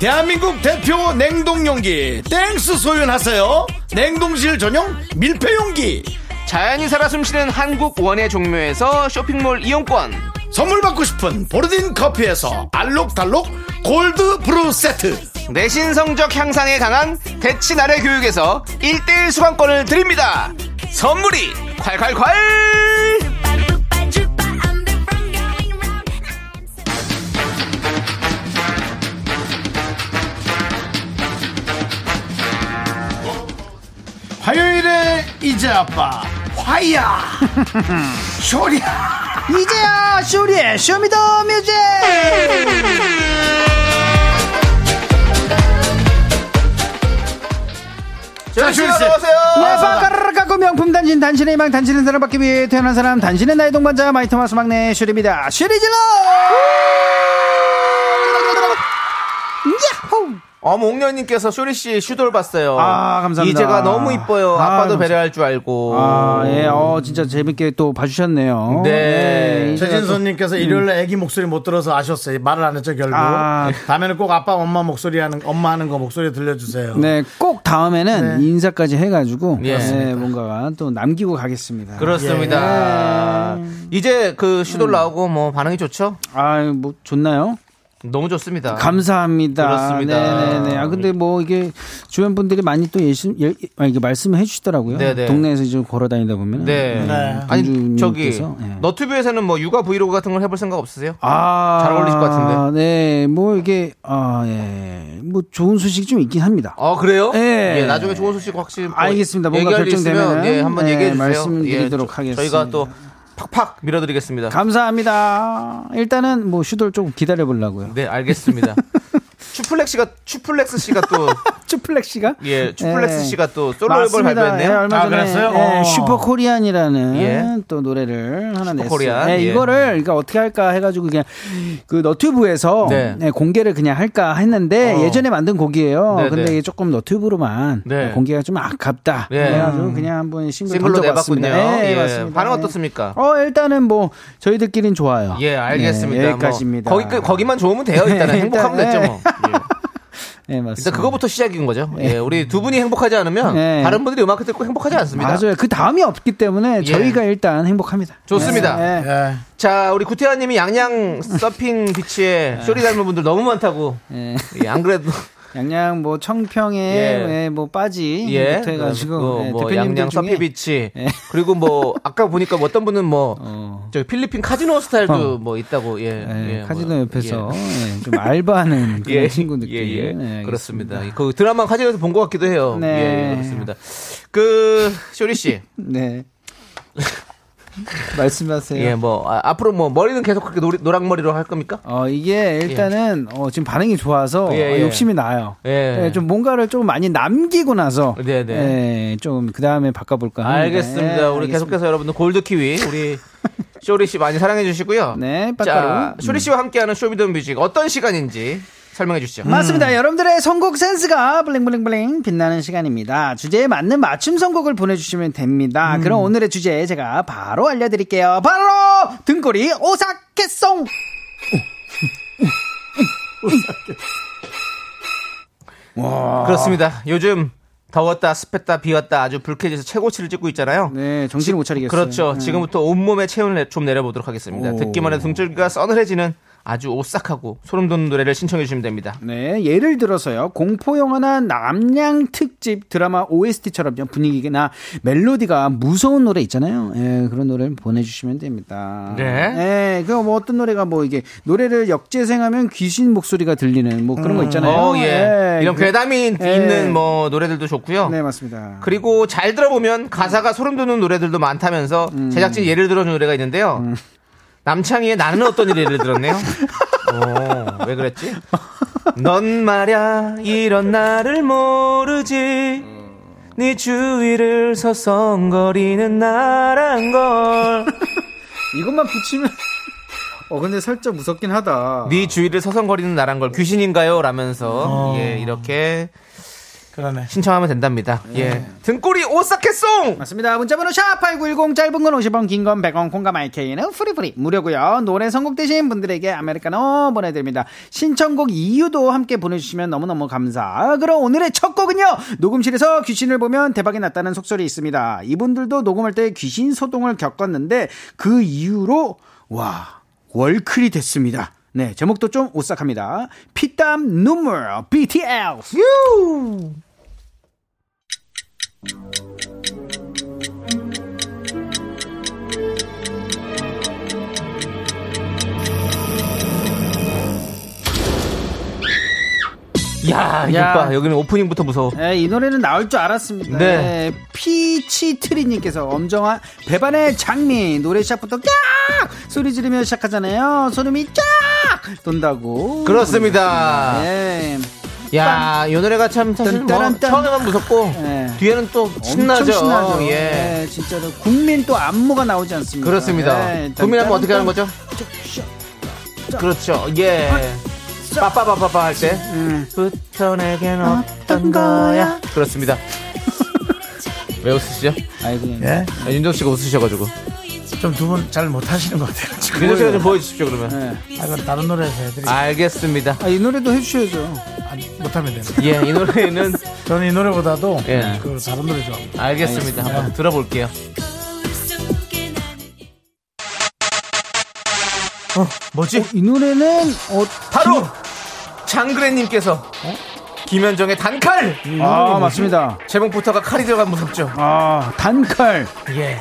Speaker 1: 대한민국 대표 냉동용기 땡스 소윤하세요 냉동실 전용 밀폐용기
Speaker 2: 자연이 살아 숨쉬는 한국 원예 종묘에서 쇼핑몰 이용권,
Speaker 1: 선물 받고 싶은 보르딘 커피에서 알록달록 골드 브루 세트
Speaker 2: 내신 성적 향상에 강한 대치나래 교육에서 1대1 수강권을 드립니다. 선물이 콸콸콸!
Speaker 5: I'm the one going round.
Speaker 1: 화요일에 이제 아빠 화이야 쇼리야
Speaker 7: 이제야 아, 쇼리의 쇼미더 뮤직
Speaker 1: 쇼리 씨.
Speaker 7: 내방가르르 깎고 명품 단신 단신의 희망 단신의 사람 받기 위해 태어난 사람 단신의 나의 동반자 마이토마스 막내 쇼리입니다 쇼리질러 야호!
Speaker 2: 어, 옥녀님께서 쇼리 씨 슈돌 봤어요.
Speaker 7: 아, 감사합니다.
Speaker 2: 이제가 너무 이뻐요.
Speaker 7: 아,
Speaker 2: 아빠도
Speaker 7: 감사-
Speaker 2: 배려할 줄 알고.
Speaker 7: 아, 예, 어, 진짜 재밌게 또 봐주셨네요.
Speaker 2: 네.
Speaker 7: 이제가 또-
Speaker 1: 최진선님께서 일요일에 아기 목소리 못 들어서 아셨어요. 말을 안 했죠 결국.
Speaker 7: 아.
Speaker 1: 다음에는 꼭 아빠 엄마 목소리 하는 엄마 하는 거 목소리 들려주세요.
Speaker 7: 네, 꼭 다음에는 인사까지 해가지고
Speaker 2: 예.
Speaker 7: 네, 뭔가가 또 남기고 가겠습니다.
Speaker 2: 그렇습니다.
Speaker 7: 예.
Speaker 2: 이제 그 슈돌 나오고 뭐 반응이 좋죠?
Speaker 7: 아유, 뭐 좋나요?
Speaker 2: 너무 좋습니다.
Speaker 7: 감사합니다.
Speaker 2: 아, 그렇습니다.
Speaker 7: 네네네. 아 근데 뭐 이게 주변 분들이 많이 또 예심 예, 아, 이게 말씀을 해주시더라고요.
Speaker 2: 네네.
Speaker 7: 동네에서 이제 걸어 다니다 보면.
Speaker 2: 네. 아니, 저기,
Speaker 7: 예.
Speaker 2: 너튜브에서는 뭐 육아 브이로그 같은 걸 해볼 생각 없으세요?
Speaker 7: 아,
Speaker 2: 잘 어울리실 것 같은데.
Speaker 7: 네, 뭐 이게 아 예, 뭐 좋은 소식이 좀 있긴 합니다.
Speaker 2: 아 그래요?
Speaker 7: 예.
Speaker 2: 예, 나중에 좋은 소식 확실히 뭐
Speaker 7: 알겠습니다. 뭔가
Speaker 2: 얘기할 일 있으면,
Speaker 7: 결정되면은,
Speaker 2: 예, 한번
Speaker 7: 네,
Speaker 2: 얘기해 주세요.
Speaker 7: 말씀드리도록
Speaker 2: 저-
Speaker 7: 하겠습니다.
Speaker 2: 저희가 또 팍팍 밀어드리겠습니다.
Speaker 7: 감사합니다. 일단은 뭐 슈돌 좀 기다려 보려고요.
Speaker 2: 네, 알겠습니다. 추플렉 씨가 추플렉스 씨가 또
Speaker 7: 츄플렉 씨가
Speaker 2: 예, 츄플렉스
Speaker 7: 네.
Speaker 2: 씨가 또 솔로 앨범을
Speaker 7: 맞습니다.
Speaker 2: 발표했네요.
Speaker 7: 예, 얼마
Speaker 1: 아,
Speaker 7: 전에
Speaker 1: 그랬어요?
Speaker 7: 예,
Speaker 1: 어.
Speaker 7: 슈퍼코리안이라는
Speaker 2: 예.
Speaker 7: 또 노래를 하나 냈어요.
Speaker 2: 슈퍼코리안,
Speaker 7: 예,
Speaker 2: 예.
Speaker 7: 이거를 그러니까 어떻게 할까 해가지고 그냥 그 너튜브에서
Speaker 2: 네.
Speaker 7: 예, 공개를 그냥 할까 했는데
Speaker 2: 어.
Speaker 7: 예전에 만든 곡이에요.
Speaker 2: 네,
Speaker 7: 근데
Speaker 2: 네.
Speaker 7: 이게 조금 너튜브로만 예,
Speaker 2: 네.
Speaker 7: 공개가 좀 아깝다.
Speaker 2: 예.
Speaker 7: 그래가지고 그냥 한번 싱글
Speaker 2: 싱글로
Speaker 7: 던져봤습니다.
Speaker 2: 내봤군요.
Speaker 7: 예,
Speaker 2: 예,
Speaker 7: 맞습니다.
Speaker 2: 반응
Speaker 7: 예.
Speaker 2: 어떻습니까?
Speaker 7: 어 일단은 뭐 저희들끼리는 좋아요.
Speaker 2: 예, 알겠습니다.
Speaker 7: 예, 여기까지입니다.
Speaker 2: 뭐, 거기, 거기만 좋으면 돼요. 일단은
Speaker 7: 예,
Speaker 2: 행복하면
Speaker 7: 일단,
Speaker 2: 됐죠,
Speaker 7: 예.
Speaker 2: 뭐. 예.
Speaker 7: 예, 맞습니다. 네.
Speaker 2: 일단 그거부터 시작인 거죠. 예, 우리 두 분이 행복하지 않으면
Speaker 7: 예.
Speaker 2: 다른 분들이 음악을 듣고 행복하지 않습니다.
Speaker 7: 맞아요. 그 다음이 없기 때문에
Speaker 2: 예.
Speaker 7: 저희가 일단 행복합니다.
Speaker 2: 좋습니다.
Speaker 7: 예, 예.
Speaker 1: 예.
Speaker 2: 자, 우리 구태환님이 양양 서핑 비치에
Speaker 7: 네.
Speaker 2: 쇼리 닮은 분들 너무 많다고.
Speaker 7: 예.
Speaker 2: 예, 안 그래도
Speaker 7: 양양 뭐 청평에
Speaker 2: 예.
Speaker 7: 예, 뭐 빠지
Speaker 2: 예,
Speaker 7: 부터 해가지고
Speaker 2: 뭐,
Speaker 7: 예,
Speaker 2: 뭐
Speaker 7: 대표님들
Speaker 2: 양양
Speaker 7: 중에
Speaker 2: 서핑 비치
Speaker 7: 예.
Speaker 2: 그리고 뭐 아까 보니까 뭐 어떤 분은 뭐
Speaker 7: 어.
Speaker 2: 저기 필리핀 카지노 스타일도 뭐 있다고 예,
Speaker 7: 예,
Speaker 2: 예,
Speaker 7: 카지노
Speaker 2: 뭐,
Speaker 7: 옆에서
Speaker 2: 예.
Speaker 7: 예, 좀 알바하는 그런
Speaker 2: 예, 예,
Speaker 7: 친구들끼리 예,
Speaker 2: 예.
Speaker 7: 알겠습니다.
Speaker 2: 그렇습니다. 그 드라마 카지노에서 본 것 같기도 해요.
Speaker 7: 네.
Speaker 2: 예, 예, 그렇습니다. 그 쇼리 씨,
Speaker 7: 네 말씀하세요.
Speaker 2: 예, 뭐 아, 앞으로 뭐 머리는 계속 그렇게 노리, 노랑머리로 할 겁니까?
Speaker 7: 어 이게 일단은 어, 지금 반응이 좋아서
Speaker 2: 예,
Speaker 7: 어,
Speaker 2: 예.
Speaker 7: 욕심이 나요.
Speaker 2: 예.
Speaker 7: 예, 좀 뭔가를 좀 많이 남기고 나서
Speaker 2: 네, 네.
Speaker 7: 예, 좀그 다음에 바꿔볼까. 합니다.
Speaker 2: 알겠습니다.
Speaker 7: 예,
Speaker 2: 우리
Speaker 7: 알겠습니다.
Speaker 2: 계속해서 여러분들 골드 키위 우리 쇼리 씨 많이 사랑해 주시고요.
Speaker 7: 네,
Speaker 2: 자,
Speaker 7: 빠따로.
Speaker 2: 쇼리 씨와 함께하는 쇼미더뮤직 어떤 시간인지 설명해
Speaker 7: 음.
Speaker 2: 주시죠.
Speaker 7: 맞습니다. 여러분들의 선곡 센스가 블링블링블링 빛나는 시간입니다. 주제에 맞는 맞춤 선곡을 보내주시면 됩니다. 그럼 오늘의 주제 제가 바로 알려드릴게요. 바로 등골이 오사케송.
Speaker 2: 아. 그렇습니다. 요즘 더웠다, 습했다, 비왔다 아주 불쾌지에서 최고치를 찍고 있잖아요.
Speaker 7: 네, 정신을 못 차리겠어요. 네.
Speaker 2: 그렇죠. 지금부터 온몸의 체온을 내- 좀 내려보도록 하겠습니다. 듣기만 해도 등줄기가 서늘해지는 아주 오싹하고 소름 돋는 노래를 신청해 주시면 됩니다.
Speaker 7: 네, 예를 들어서요. 공포 영화나 남양 특집 드라마 OST처럼 분위기나 멜로디가 무서운 노래 있잖아요. 예, 그런 노래를 보내주시면 됩니다.
Speaker 2: 네.
Speaker 7: 예, 그뭐 어떤 노래가 뭐 이게 노래를 역재생하면 귀신 목소리가 들리는 뭐 그런 거 있잖아요.
Speaker 2: 어, 예. 이런
Speaker 7: 그-
Speaker 2: 괴담이
Speaker 7: 예.
Speaker 2: 있는 뭐 노래들도 좋고요.
Speaker 7: 네, 맞습니다.
Speaker 2: 그리고 잘 들어보면 가사가 소름 돋는 노래들도 많다면서
Speaker 1: 음.
Speaker 2: 제작진 예를 들어준 노래가 있는데요. 남창희의 나는 어떤 일이 예를 들었네요. 오, 왜 그랬지? 넌 말야 이런 나를 모르지 네 주위를 서성거리는 나란 걸.
Speaker 7: 이것만 붙이면 어 근데 살짝 무섭긴 하다.
Speaker 2: 네 주위를 서성거리는 나란 걸 귀신인가요? 라면서 예 이렇게
Speaker 1: 어. 그러네. 네.
Speaker 2: 신청하면 된답니다. 예 등골이 오싹했송.
Speaker 7: 맞습니다. 문자번호 샵8910 짧은 건 50원, 긴 건 100원, 콩감 IK는 프리프리 무료고요. 노래 선곡되신 분들에게 아메리카노 보내드립니다. 신청곡 이유도 함께 보내주시면 너무너무 감사. 그럼 오늘의 첫 곡은요. 녹음실에서 귀신을 보면 대박이 났다는 속설이 있습니다. 이분들도 녹음할 때 귀신 소동을 겪었는데 그 이후로 와 월클이 됐습니다. 네, 제목도 좀 오싹합니다. 피땀 눈물 BTL.
Speaker 2: 야,
Speaker 7: 야.
Speaker 2: 이봐 여기는 오프닝부터 무서워.
Speaker 7: 네, 이 노래는 나올 줄 알았습니다.
Speaker 2: 네.
Speaker 7: 네, 피치트리님께서 엄정한 배반의 장미 노래 시작부터 깍 소리 지르며 시작하잖아요. 소름이 쫙 돈다고.
Speaker 2: 그렇습니다.
Speaker 7: 네.
Speaker 2: 예. 야, 이 노래가 참 사실 뭐
Speaker 7: 딴따란딴.
Speaker 2: 처음에만 무섭고
Speaker 7: 네.
Speaker 2: 뒤에는 또 예. 신나죠.
Speaker 7: 엄청 신나죠.
Speaker 2: 예.
Speaker 7: 네, 진짜로 국민 또 안무가 나오지 않습니까?
Speaker 2: 그렇습니다.
Speaker 7: 네,
Speaker 2: 고민하면 어떻게 하는 거죠? 그렇죠. 예. 빠빠빠빠빠 할 때. 부터 내겐 예. 어떤 거야. 그렇습니다. 왜 웃으시죠?
Speaker 7: 아이고, 네.
Speaker 1: 예?
Speaker 2: 아, 윤정 씨가 웃으셔가지고.
Speaker 1: 좀 두 분 잘 못하시는 것 같아요. 지금.
Speaker 2: 윤정 씨가 좀 보여주십시오, 그러면.
Speaker 1: 아, 이건 다른 노래에서 해드리
Speaker 2: 알겠습니다.
Speaker 7: 아, 이 노래도 해주셔야죠.
Speaker 1: 아니, 못하면 되네.
Speaker 2: 예, 이 노래는
Speaker 1: 저는 이 노래보다도
Speaker 2: 예.
Speaker 1: 그 다른 노래 좋아합니다.
Speaker 2: 알겠습니다. 한번 들어볼게요. 뭐지?
Speaker 7: 이 노래는 어,
Speaker 2: 바로 음. 장그래님께서 어? 김현정의 단칼
Speaker 7: 아 맞습니다.
Speaker 2: 제목부터가 칼이 들어간 무섭죠.
Speaker 7: 아 단칼
Speaker 2: 예.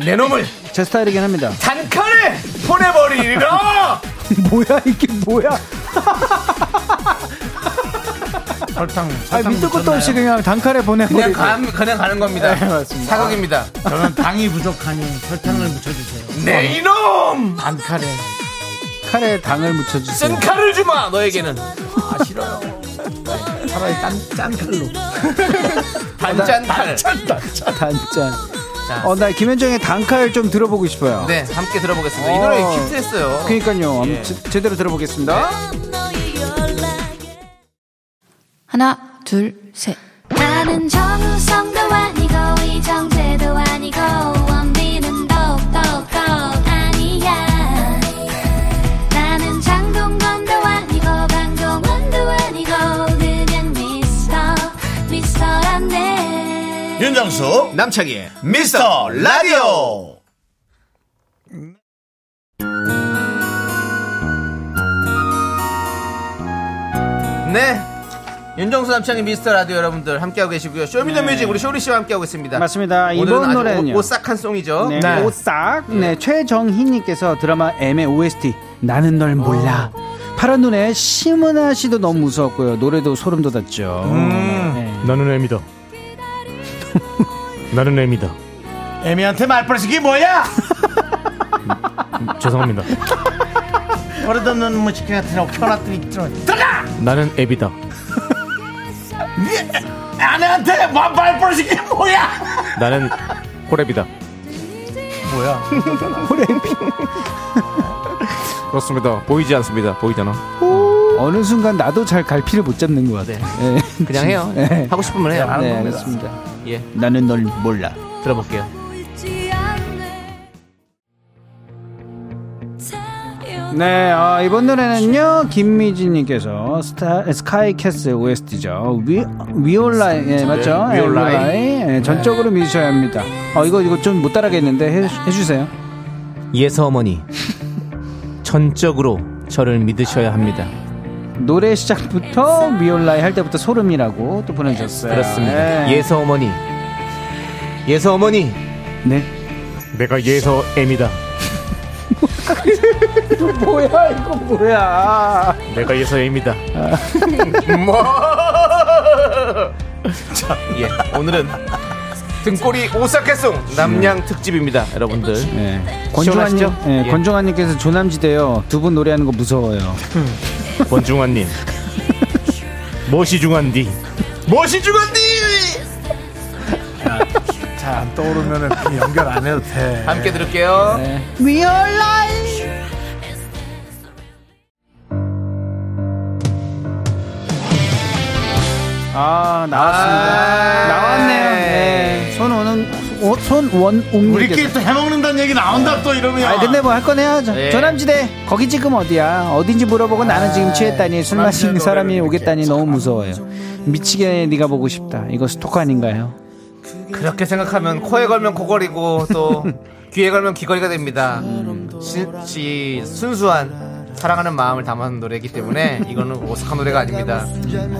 Speaker 2: 내 놈을
Speaker 7: 제 스타일이긴 합니다.
Speaker 2: 단칼에 보내버리라.
Speaker 7: 뭐야 이게 뭐야?
Speaker 1: 설탕,
Speaker 7: 아
Speaker 1: 설탕
Speaker 7: 밑도 끝도
Speaker 1: 묻혔나요?
Speaker 7: 없이 그냥 단칼에
Speaker 2: 그냥
Speaker 7: 보내버리고.
Speaker 2: 가, 그냥 가는 겁니다.
Speaker 7: 네, 맞습니다.
Speaker 2: 사극입니다.
Speaker 1: 저는 당이 부족하니 설탕을 묻혀주세요.
Speaker 2: 내 네, 이놈
Speaker 1: 단칼에.
Speaker 7: 칼에 당을 묻혀주세요.
Speaker 2: 쓴 칼을 주마 너에게는. 아 싫어요.
Speaker 1: 차라리 딴, 짠 칼로.
Speaker 2: 아, 단짠 칼.
Speaker 1: 짠, 딴, 짠.
Speaker 7: 단짠.
Speaker 2: 자,
Speaker 7: 어, 나 김현정의 단칼 좀 들어보고 싶어요.
Speaker 2: 네, 함께 들어보겠습니다. 이 노래 힙스했어요.
Speaker 7: 그니까요.
Speaker 2: 예.
Speaker 7: 제대로 들어보겠습니다.
Speaker 5: 하나, 둘, 셋.
Speaker 8: 나는 정우성도 아니고 이정재도 아니고 원빈은 더욱더 아니야 나는 장동건도 아니고 방종원도 아니고 그냥 미스터 미스터란데
Speaker 2: 윤정수 남창희의 미스터 라디오 네 윤정수 남창희 미스터 라디오 여러분들 함께하고 계시고요 쇼미더뮤직 우리 쇼리 씨와 함께하고 있습니다
Speaker 7: 맞습니다.
Speaker 2: 오늘은
Speaker 7: 이번
Speaker 2: 아주
Speaker 7: 노래는요.
Speaker 2: 오- 오싹한 송이죠
Speaker 7: 네, 오싹. 네, 최정희님께서 드라마 M의 OST 나는 널 몰라. 파란 눈에 심은아 씨도 너무 무서웠고요. 노래도 소름 돋았죠. 네.
Speaker 9: 나는 애미다. 나는 애미다.
Speaker 1: 애미한테 말버릇이 뭐야?
Speaker 9: 죄송합니다.
Speaker 1: 버릇없는 무식해 같은 켜놨더니 있더라. 들어가!
Speaker 9: 나는 애비다.
Speaker 1: 네 아내한테 말버릇이 뭐야?
Speaker 9: 나는 호랩이다.
Speaker 1: 뭐야?
Speaker 9: 그렇습니다. 보이지 않습니다. 보이잖아.
Speaker 7: 어느 순간 나도 잘 갈피를 못 잡는 것 같아요. 네.
Speaker 2: 그냥 해요
Speaker 7: 네.
Speaker 2: 하고 싶은 말 해요
Speaker 7: 네, 알겠습니다.
Speaker 2: 예
Speaker 7: 나는 널 몰라.
Speaker 2: 들어볼게요
Speaker 7: 네, 어, 이번 노래는요 김미진님께서 스타, 스카이캐슬 OST죠. 위 위올라 예, 맞죠?
Speaker 9: 네, 위올라이.
Speaker 7: 예, 예, 전적으로
Speaker 2: 네.
Speaker 7: 미셔야 합니다. 어 이거 이거 좀 못 따라겠는데 해, 해주세요.
Speaker 2: 예서 어머니 전적으로 저를 믿으셔야 합니다
Speaker 7: 노래 시작부터 위올라이 할 때부터 소름이라고 또 보내주셨어요.
Speaker 2: 그렇습니다
Speaker 7: 예.
Speaker 2: 예서 어머니 예서 어머니
Speaker 7: 네.
Speaker 9: 내가 예서 애미다.
Speaker 7: 뭐야 이거 뭐야?
Speaker 9: 내가 예서 애미다.
Speaker 2: 예, 오늘은 등골이 오싹해송 남양 특집입니다, 여러분들.
Speaker 7: 예. 권종환님,
Speaker 2: 시원하시죠?
Speaker 7: 예,
Speaker 2: 예.
Speaker 7: 권종환님께서 조남지대요. 두 분 노래하는 거 무서워요.
Speaker 9: 권중환님. 무엇이 중한디?
Speaker 2: 멋이 죽었니?
Speaker 1: 잘 안 떠오르면 연결 안 해도 돼.
Speaker 2: 함께 들을게요.
Speaker 7: 아 나왔습니다.
Speaker 2: 아.
Speaker 7: 나왔네요. 예. 손오는 오- 손원웅
Speaker 1: 우리끼리 또 해먹는다는 얘기 나온다 또 이러면.
Speaker 7: 아 근데 뭐 할 건 해야죠.
Speaker 2: 예.
Speaker 7: 조남지대 거기 지금 어디야? 어딘지 물어보고 나는
Speaker 2: 아,
Speaker 7: 지금 취했다니 술 마시는 사람이 오겠다니 너무 무서워요. 미치게 네가 보고 싶다. 이거 스토커 아닌가요?
Speaker 2: 그렇게 생각하면 코에 걸면 코걸이고 또 귀에 걸면 귀걸이가 됩니다. 신- 시, 순수한 사랑하는 마음을 담은 노래이기 때문에 이거는 오싹한 노래가 아닙니다.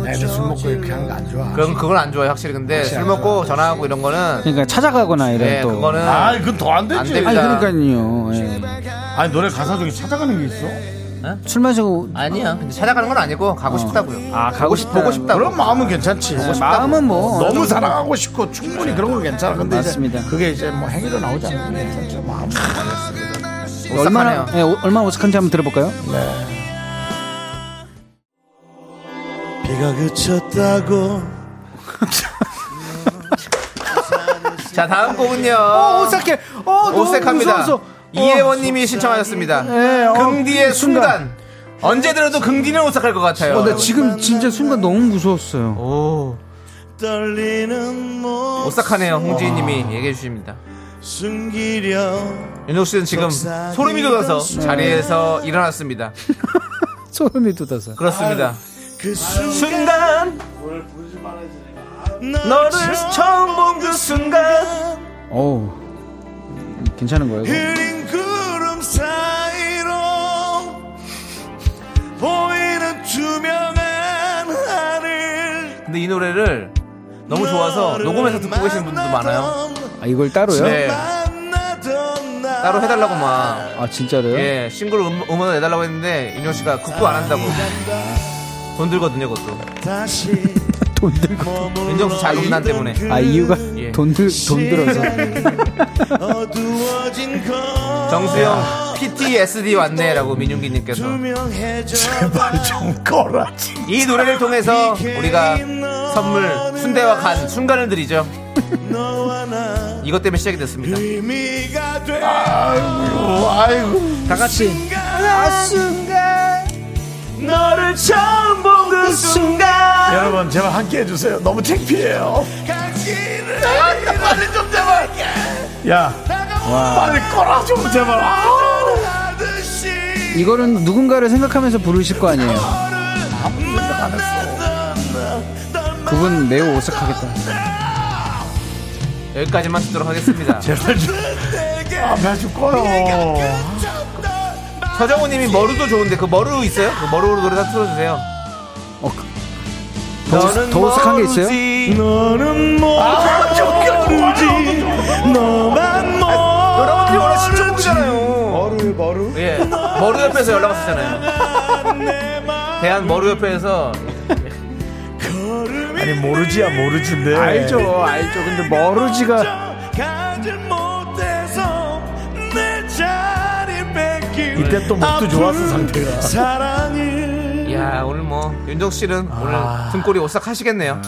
Speaker 1: 애들 술 먹고 이렇게 하는 거 안 좋아.
Speaker 2: 그럼 그건 안 좋아요, 확실히. 근데 술 먹고 전화하고 이런 거는
Speaker 7: 그러니까 찾아가거나 이런
Speaker 2: 네,
Speaker 7: 또.
Speaker 2: 그거는 네.
Speaker 1: 아, 그건 더 안
Speaker 2: 안
Speaker 1: 되지.
Speaker 2: 됩니다.
Speaker 7: 아니 그러니까요. 예.
Speaker 1: 아니, 노래 가사 중에 찾아가는 게 있어?
Speaker 7: 술 마시고
Speaker 2: 아니야. 근데 찾아가는 건 아니고
Speaker 7: 어.
Speaker 2: 가고 싶다고요. 아, 가고 싶 보고 싶다고.
Speaker 1: 그런 마음은 괜찮지.
Speaker 7: 네, 마음은 뭐
Speaker 1: 너무 사랑하고 싶고 충분히 그런 건 괜찮아. 근데
Speaker 7: 맞습니다.
Speaker 1: 이제 그게 이제 뭐 행위로 나오지 않는 게 괜찮죠. 마음.
Speaker 7: 얼마나
Speaker 2: 얼마나
Speaker 7: 예, 오- 얼마나 오싹한지 한번 들어볼까요?
Speaker 10: 비가 그쳤다고
Speaker 2: 자, 다음 곡은요.
Speaker 7: 어, 오싹해. 어, 네, 어, 그
Speaker 2: 오색합니다. 이혜원 님이 신청하셨습니다. 긍디의 순간. 언제 들어도 긍디는 오싹할 것 같아요.
Speaker 7: 어, 나 지금 진짜 순간 너무 무서웠어요.
Speaker 2: 오,
Speaker 10: 떨리는 몸
Speaker 2: 오싹하네요. 홍지희 님이 얘기해 주십니다.
Speaker 10: 어. 숨기려
Speaker 2: 윤종 씨는 지금 소름이 돋아서 자리에서 일어났습니다.
Speaker 7: 소름이 돋아서.
Speaker 2: 그렇습니다.
Speaker 10: 그 순간
Speaker 2: 순간 너를 처음 본 그 순간
Speaker 7: 오, 괜찮은 거예요? 이거?
Speaker 10: 흐린 구름 사이로 보이는 투명한 하늘
Speaker 2: 근데 이 노래를 너무 좋아서 녹음해서 듣고 계시는 분들도 많아요.
Speaker 7: 아, 이걸 따로요?
Speaker 2: 네.
Speaker 10: 만나던 날
Speaker 2: 따로 해달라고 막
Speaker 7: 아, 진짜로요?
Speaker 2: 예, 싱글 음, 음원을 내달라고 했는데 인종 씨가 극구 안 한다고. 돈 들거든요, 그것도.
Speaker 10: 다시
Speaker 7: 돈 들고.
Speaker 2: 윤정수 자금난 때문에.
Speaker 7: 아, 이유가
Speaker 2: 예.
Speaker 7: 돈, 들, 돈 들어서.
Speaker 10: 어두워진 거
Speaker 2: 정수영 PTSD 왔네라고 민윤기님께서
Speaker 1: 제발 좀 꺼라. 진짜.
Speaker 2: 이 노래를 통해서 우리가 선물 순대와 간 순간을 드리죠. 이것 때문에 시작이 됐습니다.
Speaker 10: 의미가 돼
Speaker 1: 아이고, 아이고.
Speaker 7: 다 같이
Speaker 10: 너를 처음 본 그 순간
Speaker 1: 여러분, 제발 함께 해주세요. 너무 창피해요. 아,
Speaker 10: 가지를
Speaker 1: 빨리 좀 제발. 야, 빨리 꺼라 좀 제발. 아우.
Speaker 10: 하듯이
Speaker 7: 이거는 누군가를 생각하면서 부르실 거 아니에요. 그분 매우 오싹하겠다.
Speaker 2: 여기까지만 듣도록 하겠습니다.
Speaker 1: 제발 좀. 아, 매주 꺼요.
Speaker 2: 서정우님이 머루도 좋은데 그 머루 있어요? 그 머루로 노래 다 틀어주세요.
Speaker 7: 더, 더 오싹한 게 있어요?
Speaker 10: 너는
Speaker 2: 아,
Speaker 10: 뭐든지 너만
Speaker 2: 아, 여러분들이 원래 신청곡이잖아요.
Speaker 1: 머루, 머루.
Speaker 2: 예, 머루 옆에서 연락 왔었잖아요.
Speaker 10: 뭐내맘
Speaker 2: 대한 머루 옆에서
Speaker 1: 아니, 모르지야, 모르지인데.
Speaker 7: 알죠, 알죠. 근데 머루지가
Speaker 10: 가질 못해서 내 자리 뺏긴
Speaker 1: 이때 또 목도
Speaker 10: 아픈
Speaker 1: 좋았어, 상태가.
Speaker 10: 사랑을
Speaker 2: 야 오늘 뭐 윤정 씨는 오늘 등골이 오싹하시겠네요.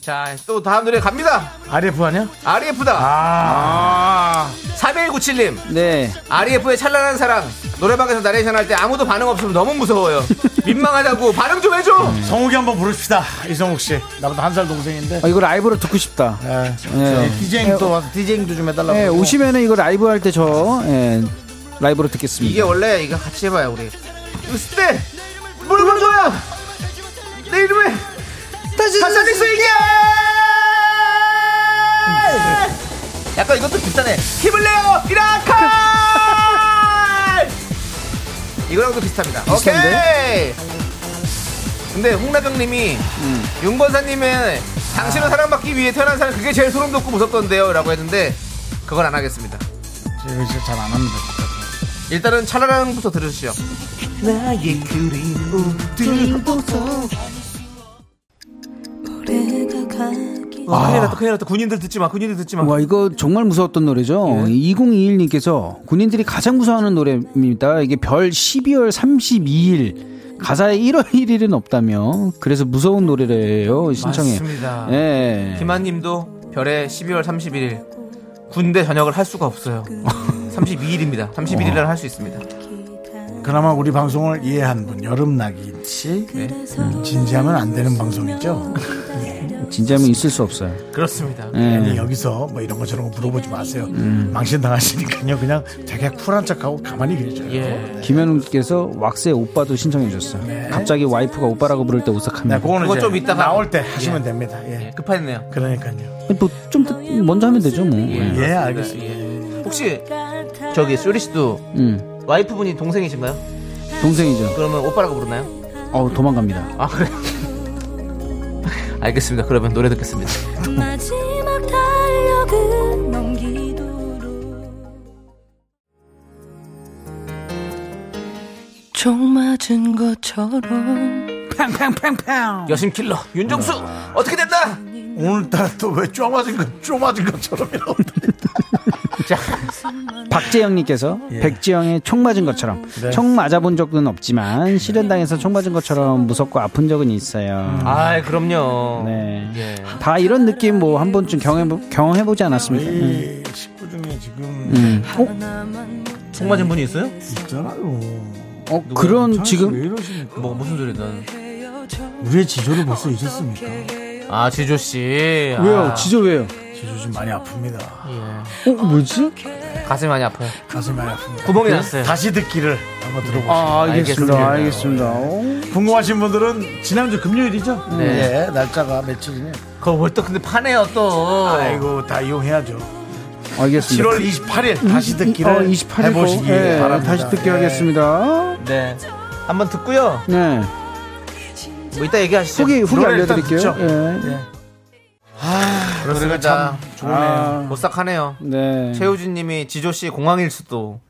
Speaker 2: 자 또 다음 노래 갑니다.
Speaker 1: RF 아니야?
Speaker 2: RF다.
Speaker 1: 아.
Speaker 2: 4197님
Speaker 7: 네
Speaker 2: RF의 E 찬란한 사랑 노래방에서 나레이션 할 때 아무도 반응 없으면 너무 무서워요. 민망하다고 반응 좀 해줘.
Speaker 1: 성욱이 한번 부릅시다. 이성욱 씨. 나보다 한 살 동생인데.
Speaker 7: 아, 이거 라이브로 듣고 싶다.
Speaker 1: 예.
Speaker 7: 예.
Speaker 1: 디제잉도 와서 디제잉도 좀 해달라고.
Speaker 7: 예,
Speaker 1: 그러고.
Speaker 7: 오시면은 이거 라이브 할 때 저 예, 라이브로
Speaker 2: 이게
Speaker 7: 듣겠습니다.
Speaker 2: 원래 이거 같이 해봐요 우리. 네! 있을 때 물어봐 줘요. 내 이름에 다시 다시 수 있게. 약간 이것도 비슷하네. 힘을 내요 이라카. 이거랑도 비슷합니다. 오케이.
Speaker 7: 비슷한데? 음.
Speaker 2: 근데 홍라경님이 윤건사님의
Speaker 7: 아.
Speaker 2: 당신은 사랑받기 위해 태어난 사람 그게 제일 소름 돋고 무섭던데요라고 했는데 그건 안 하겠습니다.
Speaker 1: 제가 이제 잘안 하면 될 것 같아요.
Speaker 2: 일단은 차라랑부터 들으시죠. 아, 큰일 났다, 큰일 났다. 군인들 듣지 마, 군인들 듣지 마.
Speaker 7: 와 이거 정말 무서웠던 노래죠.
Speaker 2: 예.
Speaker 7: 2021님께서 군인들이 가장 무서워하는 노래입니다. 이게 별 12월 32일 가사에 1월 1일은 없다며 그래서 무서운 노래래요 신청해.
Speaker 2: 맞습니다.
Speaker 7: 예.
Speaker 2: 김한님도 별의 12월 31일 군대 전역을 할 수가 없어요. 32일입니다. 31일날 할 수 있습니다.
Speaker 1: 그나마 우리 방송을 이해한 분, 여름나기 씨. 음, 진지하면 안 되는 방송이죠.
Speaker 7: 진지하면 있을 수 없어요.
Speaker 2: 그렇습니다.
Speaker 1: 아니, 여기서 뭐 이런 거 저런 거 물어보지 마세요. 망신 당하시니까요. 그냥 되게 쿨한 척하고 가만히 계셔요.
Speaker 2: 예.
Speaker 7: 김현웅께서 왁스의 오빠도 신청해 주셨어요.
Speaker 2: 네.
Speaker 7: 갑자기 와이프가 오빠라고 부를 때
Speaker 1: 네,
Speaker 7: 오싹합니다.
Speaker 1: 그거는
Speaker 2: 그거
Speaker 1: 이제
Speaker 2: 좀 이따가-
Speaker 1: 나올 때 하시면 됩니다. 예.
Speaker 2: 예, 급하네요. 네.
Speaker 1: 그러니까요.
Speaker 7: 뭐좀 먼저 하면 되죠 뭐. 예.
Speaker 1: 예, 알겠습니다.
Speaker 2: 예. 혹시 저기 쇼리 씨도
Speaker 7: 음,
Speaker 2: 와이프분이 동생이신가요?
Speaker 7: 동생이죠.
Speaker 2: 그러면 오빠라고 부르나요?
Speaker 7: 어 도망갑니다.
Speaker 2: 네. 아 그래. 알겠습니다. 그러면 노래 듣겠습니다.
Speaker 8: 마지막 달력을 넘기도록
Speaker 5: 총 맞은 것처럼
Speaker 2: 여심 킬러 윤정수 어떻게 됐다?
Speaker 1: 오늘따라 또 왜 쪼맞은 것, 쪼맞은 것처럼 이러는데.
Speaker 7: 박재영님께서
Speaker 1: 예.
Speaker 7: 백지영의 총 맞은 것처럼
Speaker 1: 네.
Speaker 7: 총 맞아본 적은 없지만 실현당해서 총 맞은 것처럼 무섭고 아픈 적은 있어요.
Speaker 1: 음.
Speaker 2: 아 그럼요.
Speaker 7: 네.
Speaker 2: 예.
Speaker 7: 다 이런 느낌 뭐 한 번쯤 경험 경험해보지 않았습니까? 음.
Speaker 1: 이 식구 중에 지금
Speaker 2: 총 맞은 분이 있어요?
Speaker 1: 있잖아요.
Speaker 7: 어, 그런
Speaker 1: 왜
Speaker 7: 지금
Speaker 1: 이러십니까?
Speaker 2: 뭐 무슨 소리 난?
Speaker 1: 우리의 지조를 벌써 잊었습니까?
Speaker 2: 아 지조 씨. 아,
Speaker 7: 왜요? 지저 왜요?
Speaker 1: 지조 좀 많이 아픕니다.
Speaker 7: 어 뭐지?
Speaker 2: 가슴이 많이 아파요. 네?
Speaker 1: 가슴이 많이 아픕니다.
Speaker 2: 구멍이 났어요.
Speaker 1: 다시 듣기를 한번 들어보시죠.
Speaker 7: 아
Speaker 2: 알겠습니다.
Speaker 7: 알겠습니다. 알겠습니다. 어.
Speaker 1: 아, 궁금하신 분들은 지난주 금요일이죠?
Speaker 2: 네.
Speaker 1: 예, 날짜가 며칠이네요.
Speaker 2: 그거 뭘또 근데 파네요 또.
Speaker 1: 아이고, 다 이용해야죠.
Speaker 7: 어, 알겠습니다.
Speaker 1: 7월 28일 다시 듣기를
Speaker 7: 어, 28일
Speaker 1: 해보시기 바랍니다.
Speaker 7: 다시 듣게
Speaker 1: 예.
Speaker 7: 하겠습니다.
Speaker 2: 네. 한번 듣고요.
Speaker 7: 네.
Speaker 2: 뭐 이따 얘기하시죠.
Speaker 7: 후기 후기
Speaker 1: 노래 일단
Speaker 7: 알려드릴게요.
Speaker 1: 듣죠.
Speaker 7: 예.
Speaker 2: 예. 노래가 참
Speaker 7: 아,
Speaker 2: 오싹하네요.
Speaker 7: 네.
Speaker 2: 최우진님이 지조 씨 공항일 수도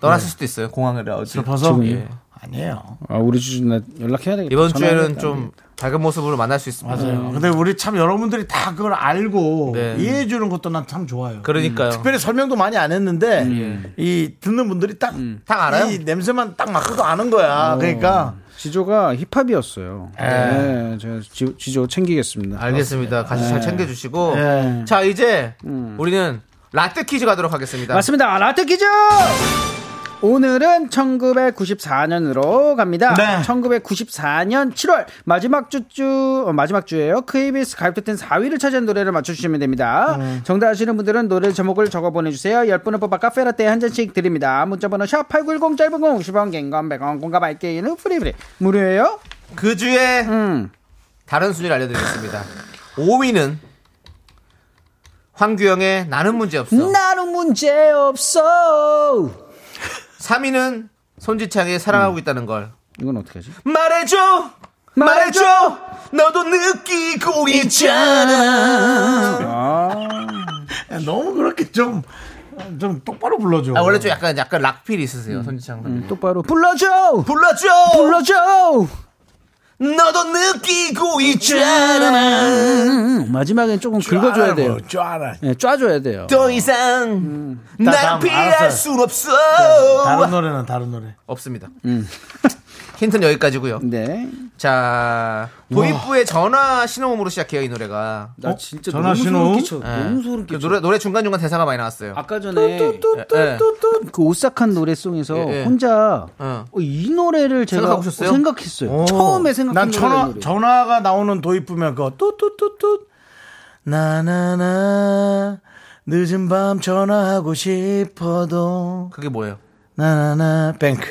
Speaker 2: 떠났을 수도 있어요. 공항을 아, 어디.
Speaker 1: 슬퍼서?
Speaker 7: 지금요?
Speaker 2: 예.
Speaker 1: 아니에요.
Speaker 7: 아, 우리 주나 연락해야 되겠다.
Speaker 2: 이번
Speaker 7: 전화해야
Speaker 2: 주에는
Speaker 7: 되겠다.
Speaker 2: 좀 밝은 모습으로 만날 수 있습니다.
Speaker 1: 맞아요. 어, 근데 우리 참 여러분들이 다 그걸 알고
Speaker 2: 네.
Speaker 1: 이해해 주는 것도 난 참 좋아요.
Speaker 2: 그러니까요.
Speaker 1: 특별히 설명도 많이 안 했는데
Speaker 7: 음.
Speaker 1: 이 듣는 분들이 딱
Speaker 2: 딱 알아요?
Speaker 1: 이 냄새만 딱 맡고도 아는 거야. 그러니까
Speaker 7: 지조가 힙합이었어요. 네, 제가 지, 지조 챙기겠습니다.
Speaker 2: 알겠습니다. 같이 잘 챙겨주시고.
Speaker 7: 네.
Speaker 2: 자, 이제 우리는 라떼 퀴즈 가도록 하겠습니다.
Speaker 7: 맞습니다. 라떼 퀴즈! 오늘은 1994년으로 갑니다.
Speaker 1: 네.
Speaker 7: 1994년 7월 마지막 주주 어, 마지막 주에요. KBS 가입됐던 4위를 차지한 노래를 맞춰주시면 됩니다. 정답 아시는 분들은 노래 제목을 적어 보내주세요. 10분을 뽑아 카페라떼 한 잔씩 드립니다. 문자번호 샵8910 짧은 공 50원 갱건 100원 공감 알게이는 프리프리 무료예요.
Speaker 2: 그 주에
Speaker 7: 음.
Speaker 2: 다른 순위를 알려드리겠습니다. 5위는 황규영의 나는 문제 없어.
Speaker 7: 나는 문제 없어.
Speaker 2: 3위는 손지창의 사랑하고 있다는 걸
Speaker 7: 이건 어떻게 하지?
Speaker 2: 말해줘 음. 말해줘 너도 느끼고 있잖아
Speaker 1: 너무 그렇게 좀 좀 똑바로 불러줘.
Speaker 2: 아, 원래 좀 약간 약간 락필이 있으세요 손지창 선배님
Speaker 7: 똑바로 불러줘.
Speaker 2: 음. 불러줘
Speaker 7: 불러줘.
Speaker 2: 너도 느끼고 있잖아
Speaker 7: 음, 마지막엔 조금 긁어줘야
Speaker 2: 뭐.
Speaker 7: 돼요.
Speaker 1: 뭐, 라
Speaker 7: 예, 쪄줘야 돼요.
Speaker 2: 더 이상 날
Speaker 1: 다음,
Speaker 2: 피할
Speaker 1: 알았어요.
Speaker 2: 순 없어
Speaker 1: 다른 노래는 다른 노래.
Speaker 2: 네, 없습니다 음. 힌트는 여기까지고요
Speaker 7: 네.
Speaker 2: 자 도입부의 전화 신호음으로 시작해요 이 노래가
Speaker 7: 나
Speaker 1: 어?
Speaker 7: 진짜
Speaker 1: 전화
Speaker 7: 너무
Speaker 1: 신호?
Speaker 7: 소름 끼쳐. 너무
Speaker 2: 예.
Speaker 7: 소름 끼쳐.
Speaker 2: 그 노래 노래 중간 중간 대사가 많이 나왔어요
Speaker 7: 아까 전에
Speaker 2: 예, 예.
Speaker 7: 그 오싹한 노래송에서
Speaker 2: 예, 예.
Speaker 7: 혼자
Speaker 2: 어.
Speaker 7: 어, 이 노래를 제가
Speaker 2: 생각하셨어요?
Speaker 7: 생각했어요.
Speaker 2: 오.
Speaker 7: 처음에 생각한
Speaker 1: 난 전화
Speaker 7: 노래.
Speaker 1: 전화가 나오는 도입부면 그거 뚜뚜뚜뚜 나나나 늦은 밤 전화하고 싶어도
Speaker 2: 그게 뭐예요
Speaker 1: 나나나 뱅크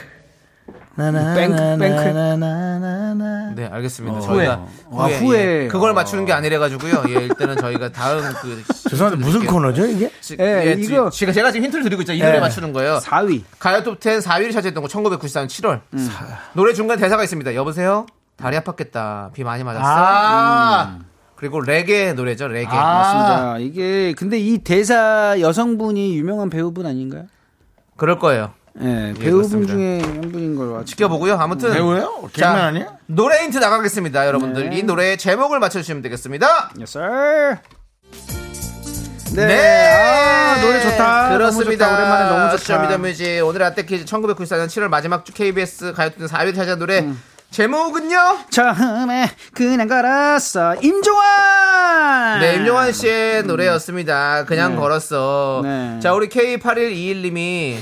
Speaker 1: 나나나
Speaker 7: 뱅크, 뱅크.
Speaker 1: 나나나나나
Speaker 2: 네, 알겠습니다. 저희가
Speaker 7: 아,
Speaker 2: 후에,
Speaker 7: 후회.
Speaker 2: 예. 그걸 맞추는 게 아니라 가지고요. 예, 일단은 저희가 다음 그
Speaker 1: 죄송한데
Speaker 7: 네.
Speaker 1: 무슨 코너죠 이게?
Speaker 2: 지,
Speaker 7: 예,
Speaker 2: 예, 지-
Speaker 7: 이거-
Speaker 2: 지금 제가 지금 힌트를 드리고 있죠. 이 노래
Speaker 1: 예.
Speaker 2: 맞추는 거예요.
Speaker 7: 4위. 음.
Speaker 2: 가요 톱10 4위를 차지했던 거 1994년 7월. 노래 중간 대사가 있습니다. 여보세요? 다리 아팠겠다. 비 많이 맞았어. 음. 그리고 레게 노래죠. 레게.
Speaker 7: 아. 맞습니다. 이게 근데 이 대사 여성분이 유명한 배우분 아닌가요?
Speaker 2: 그럴 거예요.
Speaker 7: 예, 배우분
Speaker 2: 그렇습니다.
Speaker 7: 중에 한 분인 걸로 지켜
Speaker 2: 지켜보고요. 아무튼
Speaker 1: 배우예요?
Speaker 2: 자,
Speaker 1: 개그맨 아니에요?
Speaker 2: 노래 힌트 나가겠습니다,
Speaker 7: 네.
Speaker 2: 여러분들. 이 노래의 제목을 맞춰주시면 되겠습니다.
Speaker 7: Yes, sir.
Speaker 2: 네.
Speaker 7: 아, 노래 좋다.
Speaker 2: 그렇습니다.
Speaker 7: 너무 좋다. 오랜만에 너무 좋다.
Speaker 2: 쇼미더뮤직 오늘 아떼키즈 1994년 7월 마지막 주 KBS 가요톱 4위 차지한 노래
Speaker 7: 음.
Speaker 2: 제목은요.
Speaker 7: 처음에 그냥 걸었어 임종환
Speaker 2: 네, 임종환 씨의 노래였습니다. 그냥 걸었어.
Speaker 7: 음. 네.
Speaker 2: 자, 우리 K8121님이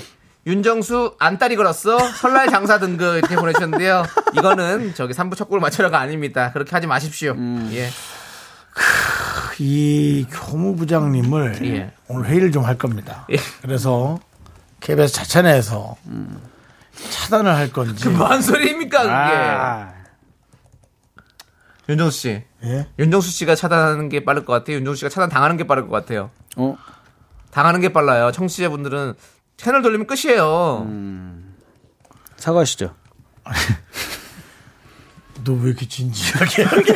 Speaker 2: 윤정수 안딸이 걸었어 설날 장사 등급 이렇게 보내주셨는데요. 이거는 저기 3부 첫 곡을 맞춰라가 아닙니다. 그렇게 하지 마십시오.
Speaker 7: 음.
Speaker 2: 예.
Speaker 1: 그 이 교무부장님을
Speaker 2: 예.
Speaker 1: 오늘 회의를 좀 할 겁니다.
Speaker 2: 예.
Speaker 1: 그래서 KBS 자체 내에서 차단을 할 건지
Speaker 2: 뭔 소리입니까 그게?
Speaker 7: 아,
Speaker 2: 윤정수 씨.
Speaker 1: 예?
Speaker 2: 윤정수 씨가 차단하는 게 빠를 것 같아요. 윤정수 씨가 차단 당하는 게 빠를 것 같아요.
Speaker 7: 어?
Speaker 2: 당하는 게 빨라요. 청취자분들은 채널 돌리면 끝이에요.
Speaker 7: 음. 사과하시죠
Speaker 1: 너 왜 이렇게 진지하게 하게?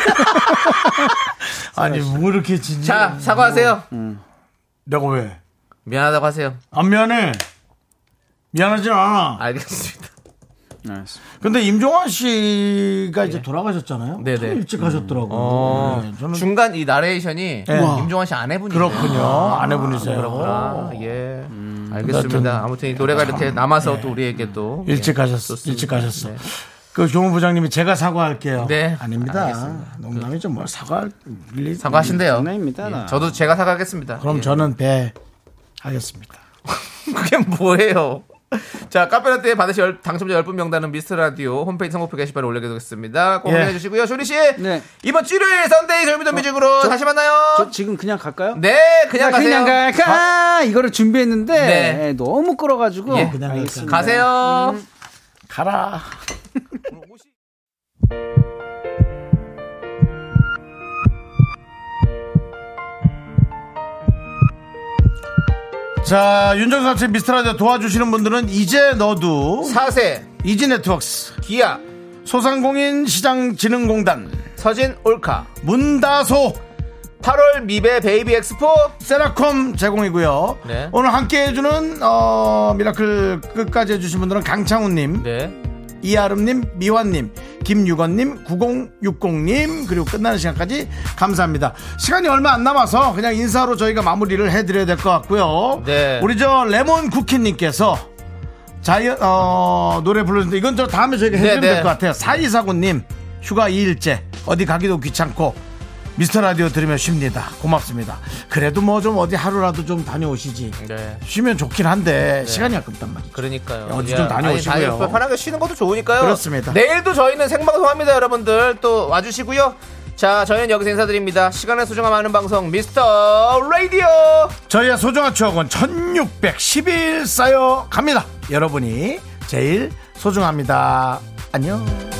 Speaker 1: 아니 뭐 이렇게 진지?
Speaker 2: 자, 사과하세요.
Speaker 7: 음.
Speaker 1: 내가 왜?
Speaker 2: 미안하다고 하세요.
Speaker 1: 안 미안해. 미안하진 않아.
Speaker 2: 알겠습니다.
Speaker 1: 근데 임종환 씨가 이제 돌아가셨잖아요.
Speaker 2: 예. 네네.
Speaker 1: 참 일찍 하셨더라고.
Speaker 2: 어,
Speaker 1: 요 네, 저는 네.
Speaker 2: 중간 이 나레이션이
Speaker 1: 우와.
Speaker 2: 임종환 씨 아내분이에요.
Speaker 1: 그렇군요. 네. 음. 아내분이세요.
Speaker 2: 네, 그렇구나. 예. 알겠습니다. 아무튼 이 노래가 이렇게 남아서 또 우리에게 또
Speaker 1: 네. 음. 예,
Speaker 2: 예,
Speaker 1: 일찍 가셨어. 일찍 가셨어. 그 교무 부장님이 제가 사과할게요.
Speaker 2: 네.
Speaker 1: 아닙니다.
Speaker 2: 알겠습니다.
Speaker 1: 농담이죠. 뭘 사과할 일
Speaker 2: 사과하신대요. 예,
Speaker 7: 장난입니다, 나.
Speaker 2: 저도 제가 사과하겠습니다.
Speaker 1: 그럼
Speaker 2: 예.
Speaker 1: 저는 배 하겠습니다.
Speaker 2: 그게 뭐예요? 자, 카페라떼 받으실 열- 당첨자 10분 명단은 미스터라디오 홈페이지 선거표 게시판에 올려두겠습니다. 꼭
Speaker 1: 예. 어,
Speaker 2: 확인해주시고요. 쇼리씨,
Speaker 7: 네.
Speaker 2: 이번 주 일요일 썬데이 절미도 뮤직으로 다시 만나요.
Speaker 7: 저 지금 그냥 갈까요? 아,
Speaker 2: 네, 그냥 가세요.
Speaker 7: 그냥 갈까 이거를 준비했는데
Speaker 2: 네.
Speaker 7: 예, 너무 끌어가지고
Speaker 2: 예.
Speaker 1: 그냥
Speaker 7: 알겠습니다.
Speaker 2: 가세요.
Speaker 7: 음.
Speaker 1: 가라. 자, 윤정삼 씨 미스터라디오 도와주시는 분들은 이제 너도
Speaker 2: 사세,
Speaker 1: 이지네트웍스
Speaker 2: 기아,
Speaker 1: 소상공인 시장진흥공단
Speaker 2: 서진, 올카,
Speaker 1: 문다소
Speaker 2: 8월 미베 베이비 엑스포.
Speaker 1: 세라콤 제공이고요.
Speaker 2: 네.
Speaker 1: 오늘 함께 해주는 어, 미라클 끝까지 해주신 분들은 강창훈님,
Speaker 2: 네.
Speaker 1: 이아름님, 미환님, 김유건님, 9060님, 그리고 끝나는 시간까지 감사합니다. 시간이 얼마 안 남아서 그냥 인사로 저희가 마무리를 해드려야 될 것 같고요.
Speaker 2: 네.
Speaker 1: 우리 저 레몬 쿠키님께서 자이언 어, 노래 불러주는데 이건 저 다음에 저희가 해드리면
Speaker 2: 네, 네.
Speaker 1: 될 것 같아요. 사이사구님 휴가 2일째 어디 가기도 귀찮고 미스터 라디오 들으면 쉽니다. 고맙습니다. 그래도 뭐 좀 어디 하루라도 좀 다녀오시지.
Speaker 2: 네.
Speaker 1: 쉬면 좋긴 한데 시간이 아깝단 말이죠.
Speaker 2: 그러니까요. 예.
Speaker 1: 어디 좀
Speaker 2: 야,
Speaker 1: 다녀오시고요.
Speaker 2: 아니, 다녀- 편하게 쉬는 것도 좋으니까요.
Speaker 1: 그렇습니다.
Speaker 2: 내일도 저희는 생방송합니다, 여러분들. 또 와주시고요. 자, 저희는 여기서 인사드립니다. 시간의 소중함 아는 방송 미스터 라디오.
Speaker 1: 저희의 소중한 추억은 1610일 쌓여 갑니다. 여러분이 제일 소중합니다. 안녕.